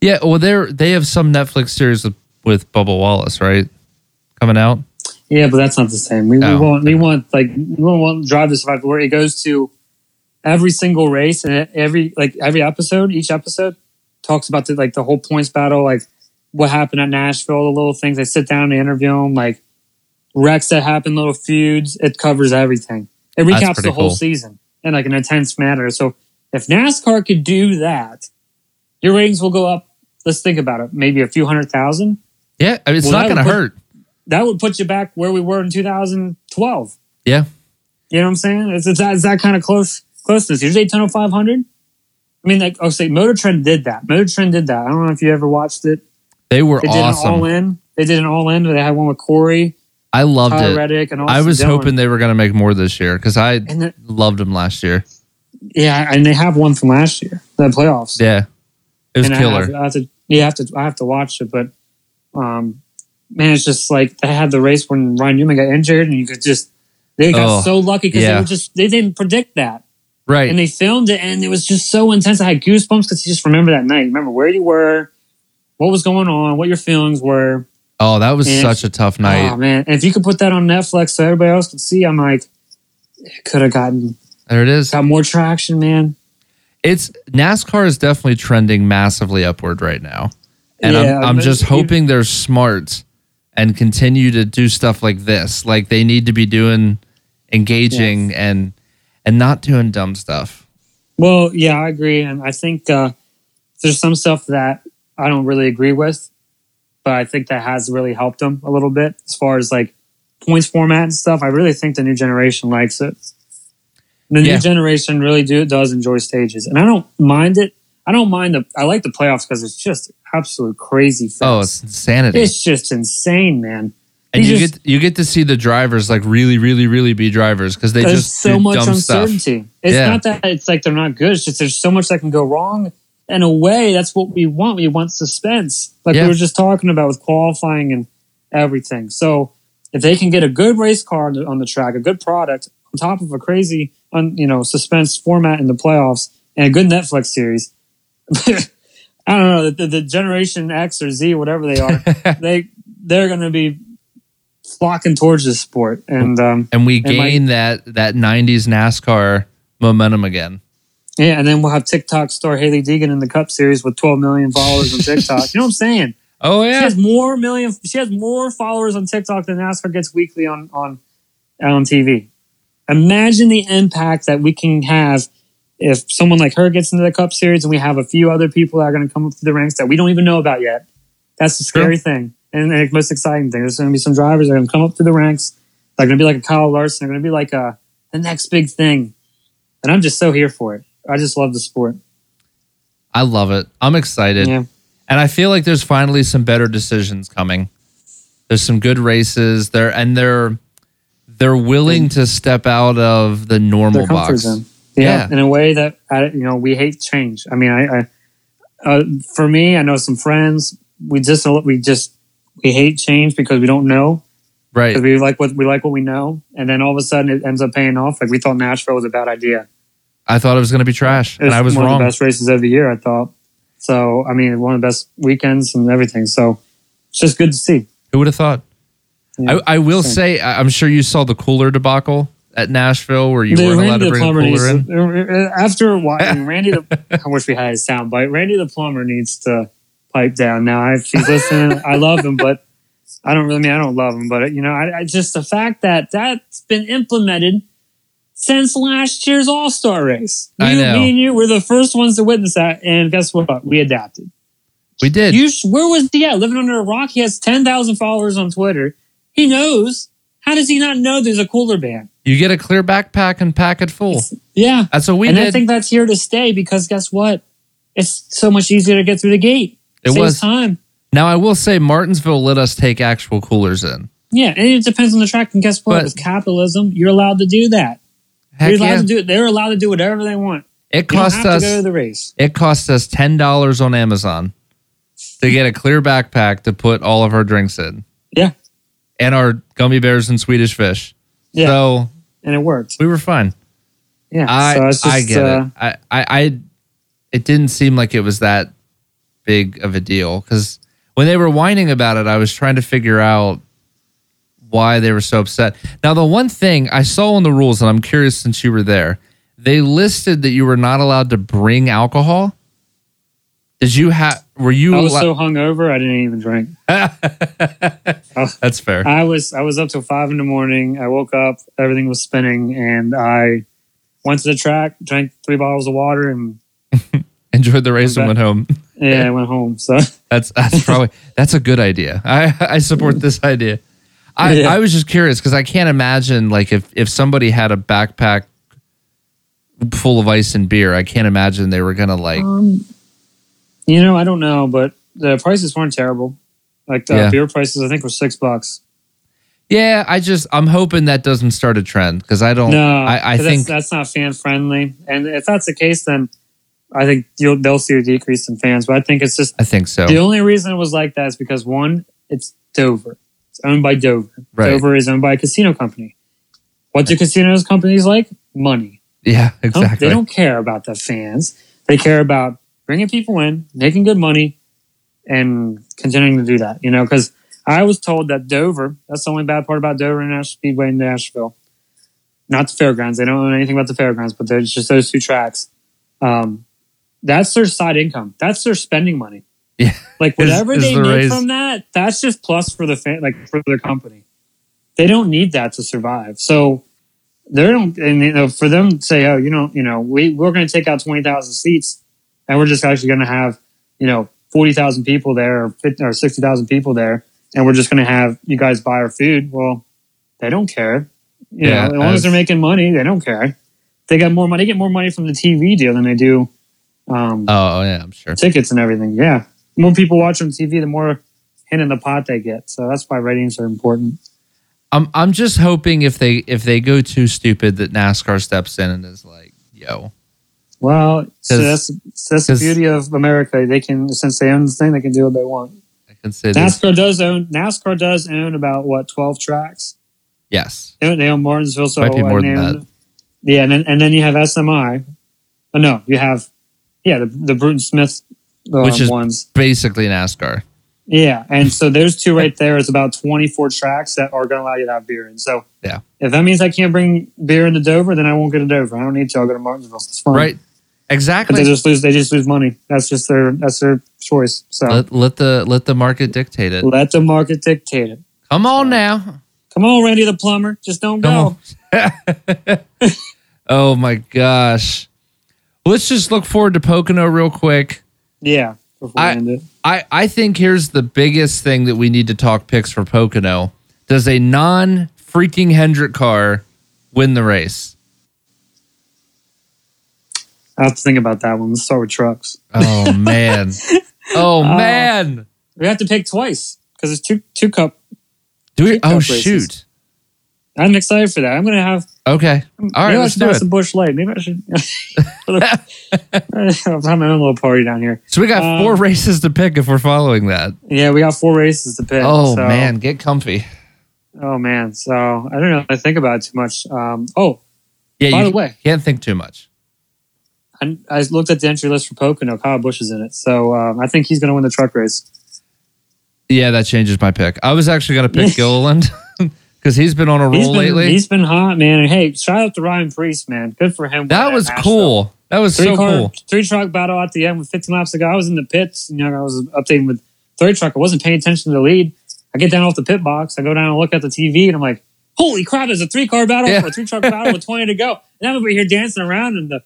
yeah. Well, they they have some Netflix series with, with Bubba Wallace, right? Coming out.
Yeah, but that's not the same. We,
No.
we want we want like we want Drive to Survive where it goes to every single race and every like every episode. Each episode talks about the like the whole points battle, like what happened at Nashville, the little things. They sit down and interview them, like wrecks that happened, little feuds. It covers everything. It
That's
recaps
pretty
the whole
cool.
season. in like an intense manner. So if NASCAR could do that, your ratings will go up. Let's think about it. Maybe a few hundred thousand.
Yeah, I mean, it's
Well,
not
that
going to
would put-
hurt.
That would put you back where we were in 2012.
Yeah.
You know what I'm saying? It's, it's, that- it's that kind of close closeness. Here's Daytona 500. I mean, like, I'll say Motor Trend did that. Motor Trend did that. I don't know if you ever watched it.
They were
They did an all
awesome.
in. They did an all in. They had one with Corey,
I loved
Tyler
it.
Reddick, and all.
I was hoping they were going to make more this year because I
And the,
loved them last year.
yeah, and they have one from last year, the playoffs.
Yeah. It was
and I have-
killer.
I have to, you have to, I have to watch it, but um, man, it's just like they had the race when Ryan Newman got injured, and you could just they
Oh,
got so lucky because
yeah.
they were just they didn't predict that,
Right.
and they filmed it, and it was just so intense. I had goosebumps because you just remember that night, remember where you were, what was going on, what your feelings were.
Oh, that was
And
such a tough
Oh
night.
man, and if you could put that on Netflix so everybody else could see, I'm like, it could have gotten
There it is.
got more traction, man.
It's NASCAR is definitely trending massively upward right now. And
Yeah,
I'm, I'm
but
just
you-
hoping they're smart and continue to do stuff like this. Like they need to be doing engaging and and not doing dumb stuff.
Well, yeah, I agree, and I think uh, there's some stuff that I don't really agree with, but I think that has really helped them a little bit as far as like points format and stuff. I really think the new generation likes it. The
Yeah.
new generation really do does enjoy stages, and I don't mind it. I don't mind the. I like the playoffs because it's just absolute crazy. Fest.
Oh, it's insanity.
it's just insane, man.
and
They
you
just-
get you get to see the drivers like really, really, really be drivers because they
there's
just
so
do
much
dumb stuff.
uncertainty. It's
Yeah.
not that it's like they're not good. It's just there's so much that can go wrong. In a way, that's what we want. We want suspense, like
Yeah.
we were just talking about with qualifying and everything. So if they can get a good race car on the, on the track, a good product on top of a crazy, un, you know, suspense format in the playoffs and a good Netflix series. *laughs* I don't know the, the generation X or Z, whatever
*laughs*
they are, they they're going to be flocking towards this sport, and um,
and we
And, like-
gain that that 90s NASCAR momentum again.
Yeah, and then we'll have TikTok star Haley Deegan in the Cup Series with 12 million followers on TikTok. you know what I'm saying?
Oh
She
yeah,
has more million. She has more followers on TikTok than NASCAR gets weekly on on on TV. Imagine the impact that we can have if someone like her gets into the Cup Series, and we have a few other people that are going to come up through the ranks that we don't even know about yet. That's the
True.
scary thing, and the most exciting thing. There's going to be some drivers that are going to come up through the ranks. They're going to be like a Kyle Larson. They're going to be like a the next big thing, and I'm just so here for it. I just love the sport.
I love it. I'm excited.
Yeah.
And I feel like there's finally some better decisions coming. There's some good races there and they're they're willing to step out of the normal
their comfort
box.
zone.
Yeah.
Yeah, in a way that I, you know we hate change. I mean, I, I uh, for me, I know some friends. We just we just we hate change because we don't know
Right.
because we like what we like what we know, and then all of a sudden it ends up paying off. Like we thought Nashville was a bad idea,
I thought it was going to be trash
It's
and I was
one of the
wrong.
best races of the year. I thought so. I mean, one of the best weekends and everything. So it's just good to see.
Who would have thought?
Yeah,
I, I will
same.
say I- I'm sure you saw the cooler debacle at Nashville where you
They
weren't
ran
allowed to
the
bring a
plumber
cooler in.
needs to- uh, after
*laughs*
watching Randy the I wish we had his sound bite. Randy the plumber needs to pipe down now. If he's listening, I love him, but I don't really mean I don't love him, but you know, I, I just the fact that that's been implemented since last year's All Star race. You,
I know.
me, and you were the first ones to witness that, and guess what? We adapted.
We did.
You, sh- where was he at? Living under a rock. He has ten thousand followers on Twitter. He knows. How does he not know there's a cooler ban?
you get a clear backpack and pack it full.
Yeah,
That's what we
and
did.
I think that's here to stay because guess what? It's so much easier to get through the gate.
It
Saves
was.
time.
Now I will say Martinsville let us take actual coolers in.
Yeah, and it depends on the track. And guess what?
But-
With capitalism, you're allowed to do that.
Heck
you're allowed
yeah.
to do it. They're allowed to do whatever they want.
it
You
cost
don't have
us
to go to the race.
it cost us ten dollars on Amazon to get a clear backpack to put all of our drinks in.
Yeah.
And our gummy bears and Swedish fish.
Yeah,
So
and it worked.
we were fine.
*laughs* Yeah,
I
so it's just,
I get
uh,
it. I, I I it didn't seem like it was that big of a deal because when they were whining about it, I was trying to figure out why they were so upset. Now the one thing I saw in the rules, and I'm curious since you were there, they listed that you were not allowed to bring alcohol. Did you have? Were you?
I was
allo-
so hungover, I didn't even drink.
*laughs* That's fair.
Uh, I was I was up till five in the morning. I woke up, everything was spinning, and I went to the track, drank three bottles of water, and
Enjoyed the race and went home.
yeah, I went home. So *laughs*
That's that's probably that's a good idea. I I support this idea. I,
Yeah.
I was just curious because I can't imagine like if if somebody had a backpack full of ice and beer, I can't imagine they were gonna like
Um, you know, I don't know, but the prices weren't terrible. Like the
Yeah.
beer prices, I think were six bucks.
Yeah, I just I'm hoping that doesn't start a trend because I don't
No,
Oh, I, I
'cause
think
that's, that's not fan friendly. And if that's the case, then I think you'll, they'll see a decrease in fans. But I think it's just
I think so.
the only reason it was like that is because one, it's Dover. It's owned by Dover.
Right.
Dover is owned by a casino company. What do casinos companies like? Money.
Yeah,
Don't-
exactly.
They don't care about the fans. They care about bringing people in, making good money, and continuing to do that. You know, because I was told that Dover, that's the only bad part about Dover International Speedway in Nashville, not the fairgrounds. They don't know anything about the fairgrounds, but there's just those two tracks. Um, that's their side income. That's their spending money.
Yeah.
Like
*laughs* Is-
whatever
is
they
the
make
raise-
from that, that's just plus for the fan, like for their company. They don't need that to survive. So they don't and you know for them to say oh you know you know we we're going to take out 20,000 seats and we're just actually going to have you know 40,000 people there or 50, or 60,000 people there and we're just going to have you guys buy our food well they don't care you
Yeah,
know as long as
as-
they're making money they don't care they got more money they get more money from the TV deal than they do um,
oh yeah, I'm sure.
tickets and everything yeah the more people watch on TV the more hand in the pot they get so that's why ratings are important
I'm I'm just hoping if they if they go too stupid that NASCAR steps in and is like, yo,
Well, so
'Cause-
that's so that's the
'cause-
beauty of America. They can since they own this thing, they can do what they want.
I can say this.
NASCAR does own NASCAR does own about what twelve tracks.
Yes.
They own, they own Martinsville, so
Might be more than
and- Yeah, and then and then you have SMI. Oh, no, you have yeah the the Bruton Smith um,
Which is-
ones.
Basically NASCAR.
Yeah, and so those two right there is about twenty four tracks that are going to allow you to have beer. And so
Yeah.
if that means I can't bring beer into Dover, then I won't go to Dover. I don't need to. I'll go to Martinsville. It's fine.
Right.
Um, But they
Exactly.
just lose. They just lose money. That's just their. That's their choice. So let,
Let, let the let the market dictate it.
the market dictate it.
Come on now.
Come on, Randy the plumber. Just don't
Come
go.
on. *laughs* oh my gosh. Let's just look forward to Pocono real quick.
Yeah. Before we
I-
end it.
I, I think here's the biggest thing that we need to talk picks for Pocono. Does a non freaking Hendrick car win the race?
I have to think about that one. Let's start with trucks. *laughs*
Oh man. Oh
Uh,
man.
We have to pick twice because it's two two cup.
Do we
two cup
Oh
races.
shoot.
I'm excited for that. I'm gonna have.
Okay. All right,
maybe I
let's
should
do
have
it.
some bush light. Maybe I should. *laughs*
*laughs*
I'm having my own little party down here.
So we got
Um,
four races to pick if we're following that.
Yeah, we got four races to pick.
Oh
so-
man, get comfy.
Oh man. So I don't really think about it too much. Um, oh,
Yeah,
By
you
the way-
can't think too much.
I, I looked at the entry list for Pocono. Kyle Bush is in it, so um, I think he's going to win the truck race.
Yeah, that changes my pick. I was actually gonna
*laughs*
pick Gilliland *laughs* because he's been on a roll
He's been,
Oh, lately.
he's been hot, man. And hey, shout out to Ryan Priest, man. Good for him.
that
winning
was
Nashville.
cool. That was
Three
so
car,
cool.
three truck battle at the end with 15 laps to go. I was in the pits. You know, I was updating with third truck. I wasn't paying attention to the lead. I get down off the pit box. I go down and look at the TV, and I'm like, "Holy crap! There's a three car battle
Yeah.
or a three truck battle with 20 to go." And I'm over here dancing around, and the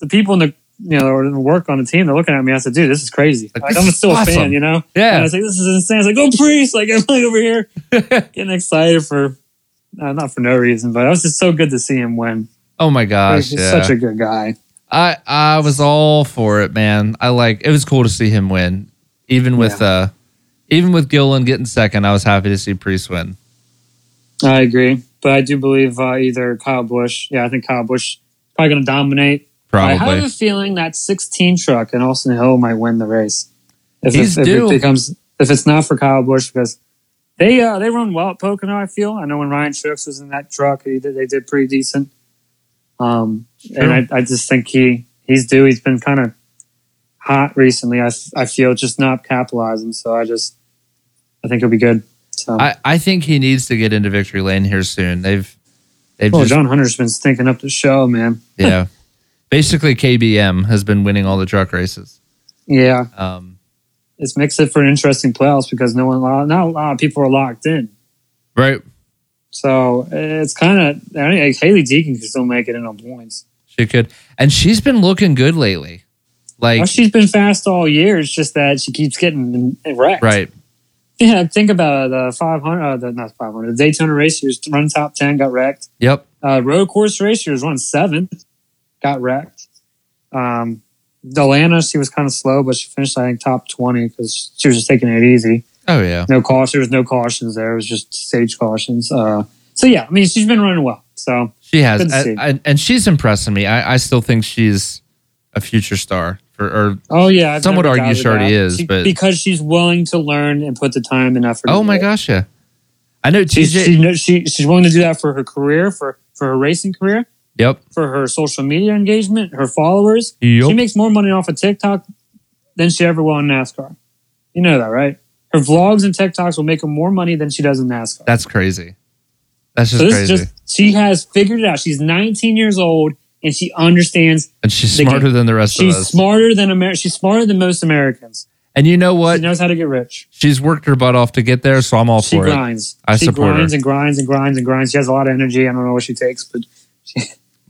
the people in the you know that were in the work on the team, they're looking at me. I said, "Dude, this is crazy."
Like,
Like,
this
I'm
is
still a
awesome.
fan, you know. And I
Yeah.
was like, this is insane. I was like, go priest. Like, *laughs* I'm like over here getting excited for, uh, not for no reason, but it was just so good to see him win.
*laughs* Oh my gosh.
He's
yeah.
such a good guy.
I I was all for it, man. I like it was cool to see him win, even with uh, even with Gillen getting second. I was happy to see Priest win.
I agree. But I do believe uh, either Kyle Bush, yeah, I think Kyle Bush is probably going to dominate. I have
Probably,
a feeling that 16 truck in Austin Hill might win the race. If,
He's
if, if
due.
it becomes, if it's not for Kyle Bush, because they uh, they run well at Pocono, I feel. I know when Ryan Truex was in that truck, he did, they did pretty decent. Um,
Sure.
and I, I just think he he's due. He's been kind of hot recently. I, I feel just not capitalizing. So I just I think he'll be good. So
I, I think he needs to get into victory lane here soon. They've they've
oh,
just
John Hunter's been stinking up the show, man.
yeah, basically KBM has been winning all the truck races.
Yeah,
Um,
it's makes it for an interesting playoffs because no one not a lot of people are locked in.
right?
So it's kind of I mean, like Haley Deacon can still make it in on points.
She could, and she's been looking good lately. Like
Well, she's been fast all year. It's just that she keeps getting wrecked.
right,
Yeah, think about it. the 500, uh, the, not 500, the Daytona racers run top 10, got wrecked.
yep.
Uh, road course racers run seventh, got wrecked. Um, Delana, she was kind of slow, but she finished, I think, top 20 because she was just taking it easy.
Oh yeah,
No caution. There was no cautions there. It was just stage cautions. Uh, so, yeah, I mean, she's been running well. So,
she has,
Good to see.
and, and- and she's impressing me. I, I still think she's a future star, for, or
oh, yeah. I've
Some would
never
argue
doubted
she already
that.
is,
She-
but-
Because she's willing to learn and put the time and effort.
oh
into
my
it.
gosh, yeah. I know
She's,
TJ.
she, knows- she, she's willing to do that for her career, for, for her racing career.
yep,
for her social media engagement, her followers. She
yep.
makes more money off of TikTok than she ever will in NASCAR. You know that, right? Her vlogs and TikToks will make her more money than she does in NASCAR.
That's crazy. That's just
so this
crazy,
is just she has figured it out. She's 19 years old and she understands.
and she's
they can-
smarter than the rest
She's
of us.
smarter than Amer- She's smarter than most Americans.
and you know
she
what?
knows how to get rich.
She's worked her butt off to get there, so I'm all
She
for it.
grinds.
I
she
support her.
grinds and grinds and grinds and grinds. She has a lot of energy. I don't know what she takes, but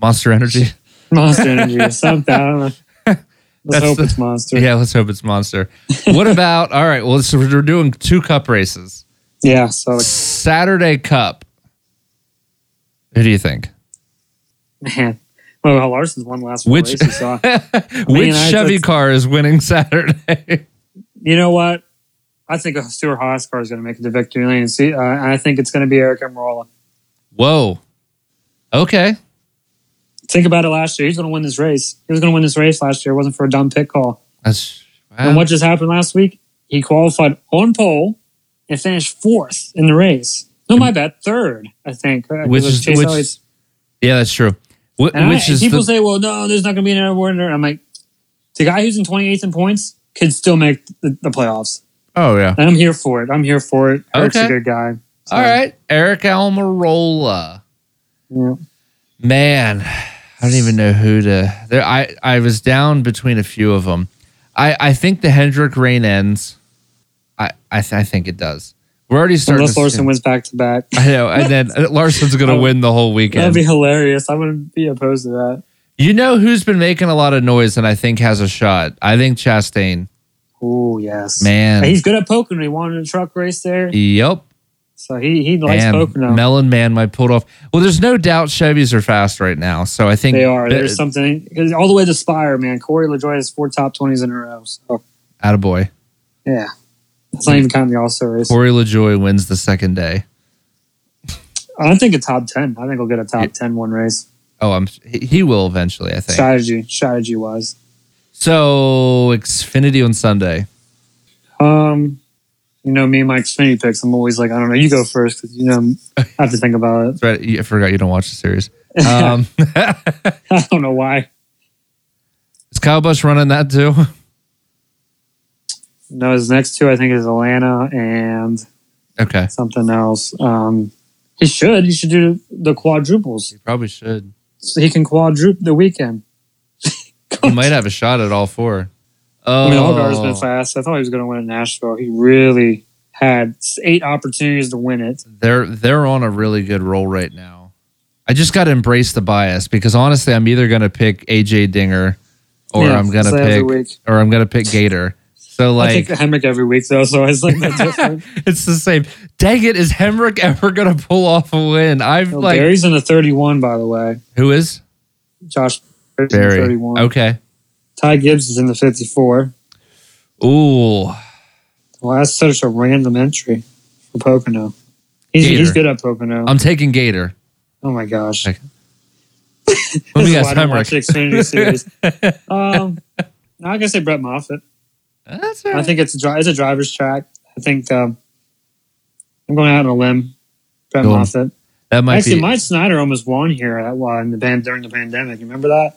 Monster Energy. *laughs*
monster energy or something. I don't know. Let's
That's
hope
the-
it's monster.
Yeah, let's hope it's Monster. What about all right? Well, so we're doing two cup races.
yeah so like,
Saturday Cup. Who do you think? *laughs*
Man. Well, Larson's won the last four
Which-
races. So
Which
I-
Chevy
it's-
car is winning Saturday? *laughs*
you know what? I think Stuart Hoskar is going to make it to victory lane. See, uh, I think it's going to be Eric Amarola.
Whoa. Okay.
Think about it last year. He's going to win this race. He was going to win this race last year. It wasn't for a dumb pit call.
That's wow.
And what just happened last week? He qualified on pole and finished fourth in the race. No, my bad. Third, I think. uh, 'cause
Which
of
is-
Chase
which-
Elliott's. "Ah,"
yeah, that's true. Wh-
And I-
which is
people
the,
say, well, no, there's not going to be another winner. I'm like, the guy who's in 28th in points could still make the, the playoffs.
oh yeah.
I'm here for it. I'm here for it. Eric's
Okay.
a good guy. So,
All right, Eric Almirola.
yeah.
Man, I don't even know who to. There, I I was down between a few of them. I I think the Hendrick reign ends. I I, th- I think it does. We're already starting.
Unless
to
Larson wins back to back.
I know, and then uh, Larson's going to win the whole
*laughs* That'd
weekend.
be hilarious. I wouldn't be opposed to that.
you know who's been making a lot of noise, and I think has a shot. I think Chastain.
Oh yes,
Man,
He's good at poking. He won in a truck race there,
yep.
so he he likes
And
poking. Them.
Melon Man might pull it off. Well, there's no doubt Chevys are fast right now, so I think
They are. There's
some-
something 'cause all the way to Spire, man. Corey LaJoy has four top twenties in a row. So
Attaboy.
yeah, that's not even counting the All Star race.
Hmm. Corey LaJoy wins the second day.
I think a top ten. I think he'll get a top
Yeah.
10 one race.
Oh, I'm. He, he will eventually, I think.
Strategy, strategy wise.
So Xfinity on Sunday.
Um, you know me and my Xfinity picks. I'm always like, I don't know. You go first because you know I have to think about it.
That's right. You- I forgot you don't watch the
*laughs*
series. Um, *laughs*
I don't know why.
is Kyle Busch running that too? *laughs*
No, his next two I think is Atlanta and
Okay,
something else. Um, he should. He should do the quadruples.
he probably should.
So he can quadruple the weekend. *laughs*
He might have a shot at all four. Oh,
I mean, Allgar's been fast. I thought he was going to win at Nashville. He really had eight opportunities to win it.
they're they're on a really good roll right now. I just got to embrace the bias because honestly, I'm either going to pick AJ Dinger, or
Yeah,
I'm going to
so every
pick,
week.
or I'm going to pick Gator. So
I take
like,
the Hemrick every week though, so it's like no different.
it's the same. Dang it! Is Hemrick ever going to pull off a win? I've
No,
*laughs* like,
Barry's in the thirty-one, by the way.
who is
Josh Barry's in the
Barry? Oh.
thirty-one.
Okay.
Ty Gibbs is in the fifty-four.
Ooh,
Well, that's such a random entry for Pocono. He's,
Gator.
he's good at Pocono.
I'm taking Gator.
oh my gosh.
Okay. Let me
That's
guess,
why I don't watch the
Hemrick. *laughs*
Xfinity series. um, no, I gotta say Brett Moffitt.
That's
I think it's a dri- it's a driver's track. I think um, I'm going out on a limb. Brett
Go on.
Moffitt.
That might
Actually,
be.
Mike Snyder almost won here at well, in the pan- during the pandemic. You remember that?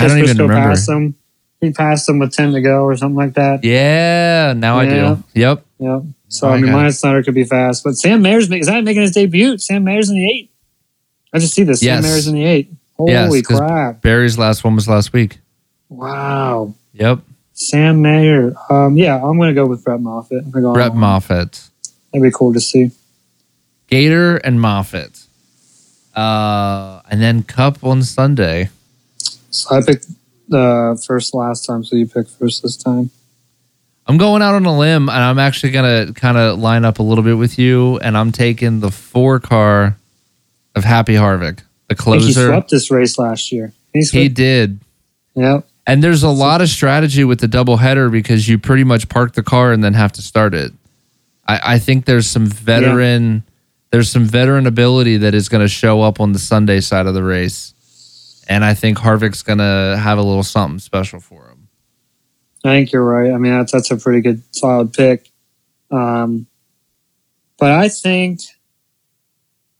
I don't
Chris
even
Briscoe
remember.
Passed him. He passed him with ten to go or something like that.
yeah, now I
Yeah.
do. Yep.
Yeah. So
Oh,
I mean,
okay.
Mike Snyder could be fast, but Sam Mayer's ma- is that making his debut? Sam Mayer's in the eight. I just see this.
Yes.
Sam Mayer's in the eight. Holy
Yes, 'cause-
crap!
Barry's last one was last week.
Wow.
Yep.
Sam Mayer. Um, yeah, I'm going to go with Brett Moffitt. I'm gonna go
Brett
on.
Moffitt,
That'd be cool to see.
Gator, and Moffitt. Uh, and then Cup on Sunday.
So I picked uh, first last time, so you picked first this time.
I'm going out on a limb and I'm actually going to kind of line up a little bit with you. And I'm taking the four car of Happy Harvick, the
I think he
closer.
swept this race last year. He
He
swept.
did.
yeah.
And there's a lot of strategy with the double header because you pretty much park the car and then have to start it. I, I think there's some veteran there's some veteran ability that is going to show up on the Sunday side of the race. And I think Harvick's going to have a little something special for him.
I think you're right. I mean, that's, that's a pretty good solid pick. Um, but I think,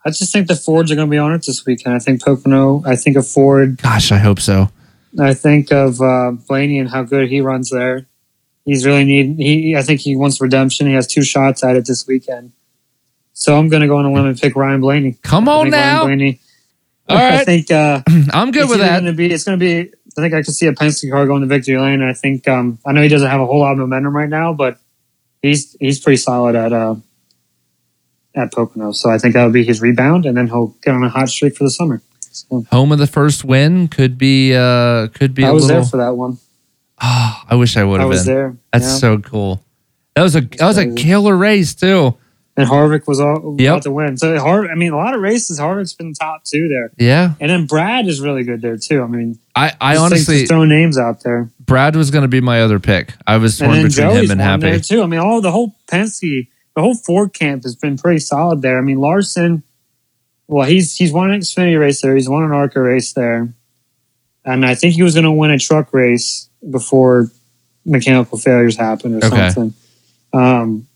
I just think the Fords are going to be on it this weekend. I think Pocono, I think of Ford,
Gosh, I hope so.
I think of uh, Blaney and how good he runs there. He's really need. He, I think he wants redemption. He has two shots at it this weekend. So I'm going to go on a limb and pick Ryan Blaney.
Come
I
on
think Ryan
now.
Blaney.
All
I
right.
think uh,
I'm good
*laughs* it's
with
either
that.
Gonna be, it's going to be. I think I could see a Penske car going to victory lane. I think. Um, I know he doesn't have a whole lot of momentum right now, but he's he's pretty solid at uh, at Pocono. So I think that would be his rebound, and then he'll get on a hot streak for the summer. So
Home of the first win could be uh could be
I
a
was
little
there for that one.
Ah, *sighs* I wish I would
I
have
was
been.
there.
That's
yeah.
so cool. That was a that was a
crazy.
killer race too.
and Harvick was all
Yep.
about to win. So Harvick, I mean, a lot of races Harvick's been top two there,
Yeah.
and then Brad is really good there too. I mean,
I I
just think-
honestly
just throw names out there.
Brad was going to be my other pick. I was
and
torn
then
between
Joey's
him and
won there
Happy.
too. I mean, all the whole Penske, the whole Ford camp has been pretty solid there. I mean, Larson, well, he's he's won an Xfinity race there. He's won an ARCA race there, and I think he was going to win a truck race before mechanical failures happened or
Okay.
something. Um,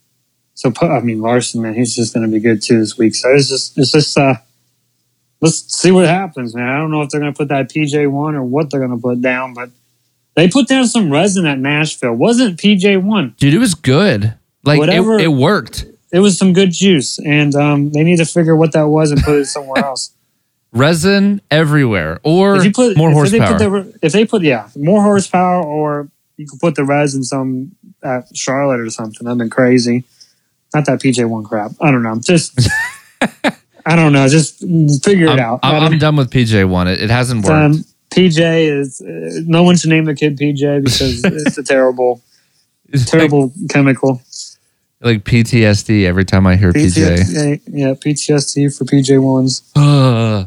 so pu- I mean, Larson, man, he's just going to be good too this week. So it's just it's just uh, let's see what happens, man. I don't know if they're going to put that PJ one or what they're going to put down, but. They put down some resin at Nashville. Wasn't PJ one?
Dude, it was good. Like
Whatever-
it, it worked.
it was some good juice, and um, they need to figure what that was and put it somewhere *laughs* else.
Resin everywhere, or
if you put
more
if
horsepower.
they put the, if they put yeah more horsepower, or you could put the res in some at Charlotte or something. That'd been crazy. Not that PJ one crap. I don't know.
*laughs*
Just I don't know. Just figure it
I'm,
out.
I'm-
I don't-
I'm done with PJ one. It, it hasn't worked.
um, PJ is uh, no one should name the kid
*laughs*
PJ because it's a terrible,
It's
terrible chemical.
Like, like PTSD every time I hear PJ.
PTSD, yeah, PTSD for PJ ones.
Ugh.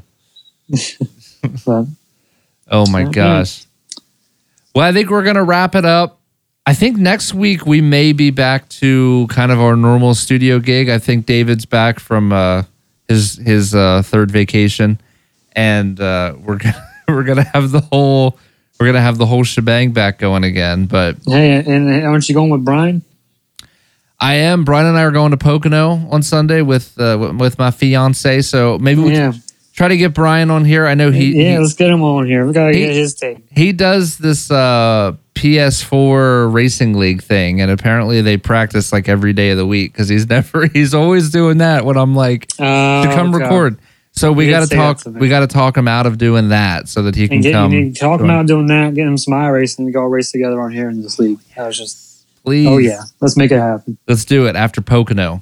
But
oh my
Mhm.
gosh. Well, I think we're gonna wrap it up. I think next week we may be back to kind of our normal studio gig. I think David's back from uh, his his uh, third vacation, and uh, we're *laughs* gonna, we're gonna have the whole we're gonna have the whole shebang back going again. But
hey, and, and aren't you going with Brian?
I am Brian and I are going to Pocono on Sunday with uh, w- with my fiance. So maybe we
Yeah,
try to get Brian on here. I know he
yeah.
he-
let's get him on here. We gotta
He-
get his take.
he does this uh, PS4 racing league thing, and apparently they practice like every day of the week because he's *laughs* never he's always doing that. When I'm like
Uh,
to come
okay.
record, so we
He did
got to
say that
talk
to me.
we got to talk him out of doing that so that he can
and get
come.
you need to talk
join.
about doing that. Get him some iRacing and go race together on here in this league. That was just
Please,
oh yeah, let's make it happen.
let's do it after Pocono.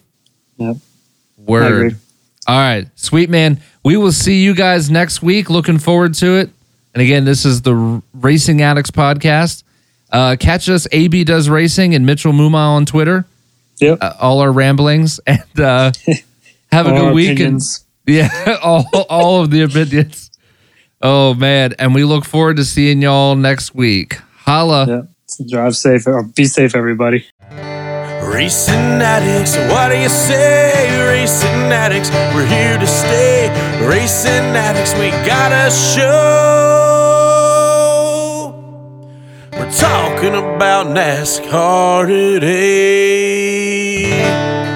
Yep. I agree.
Word. All right, sweet man. We will see you guys next week. Looking forward to it. And again, this is the R- Racing Addicts podcast. Uh, catch us, AB does racing, and Mitchell Muma on Twitter.
Yep.
uh, all our ramblings *laughs* and
*laughs*
uh, have a
All
good
our
week. And,
opinions.
*laughs* yeah, all, all of the opinions. Oh, man. And we look forward to seeing y'all next week. Holla.
Yep. Drive safe or be safe, everybody.
Racing addicts, what do you say? Racing addicts, we're here to stay. Racing addicts, we got a show. We're talking about NASCAR today.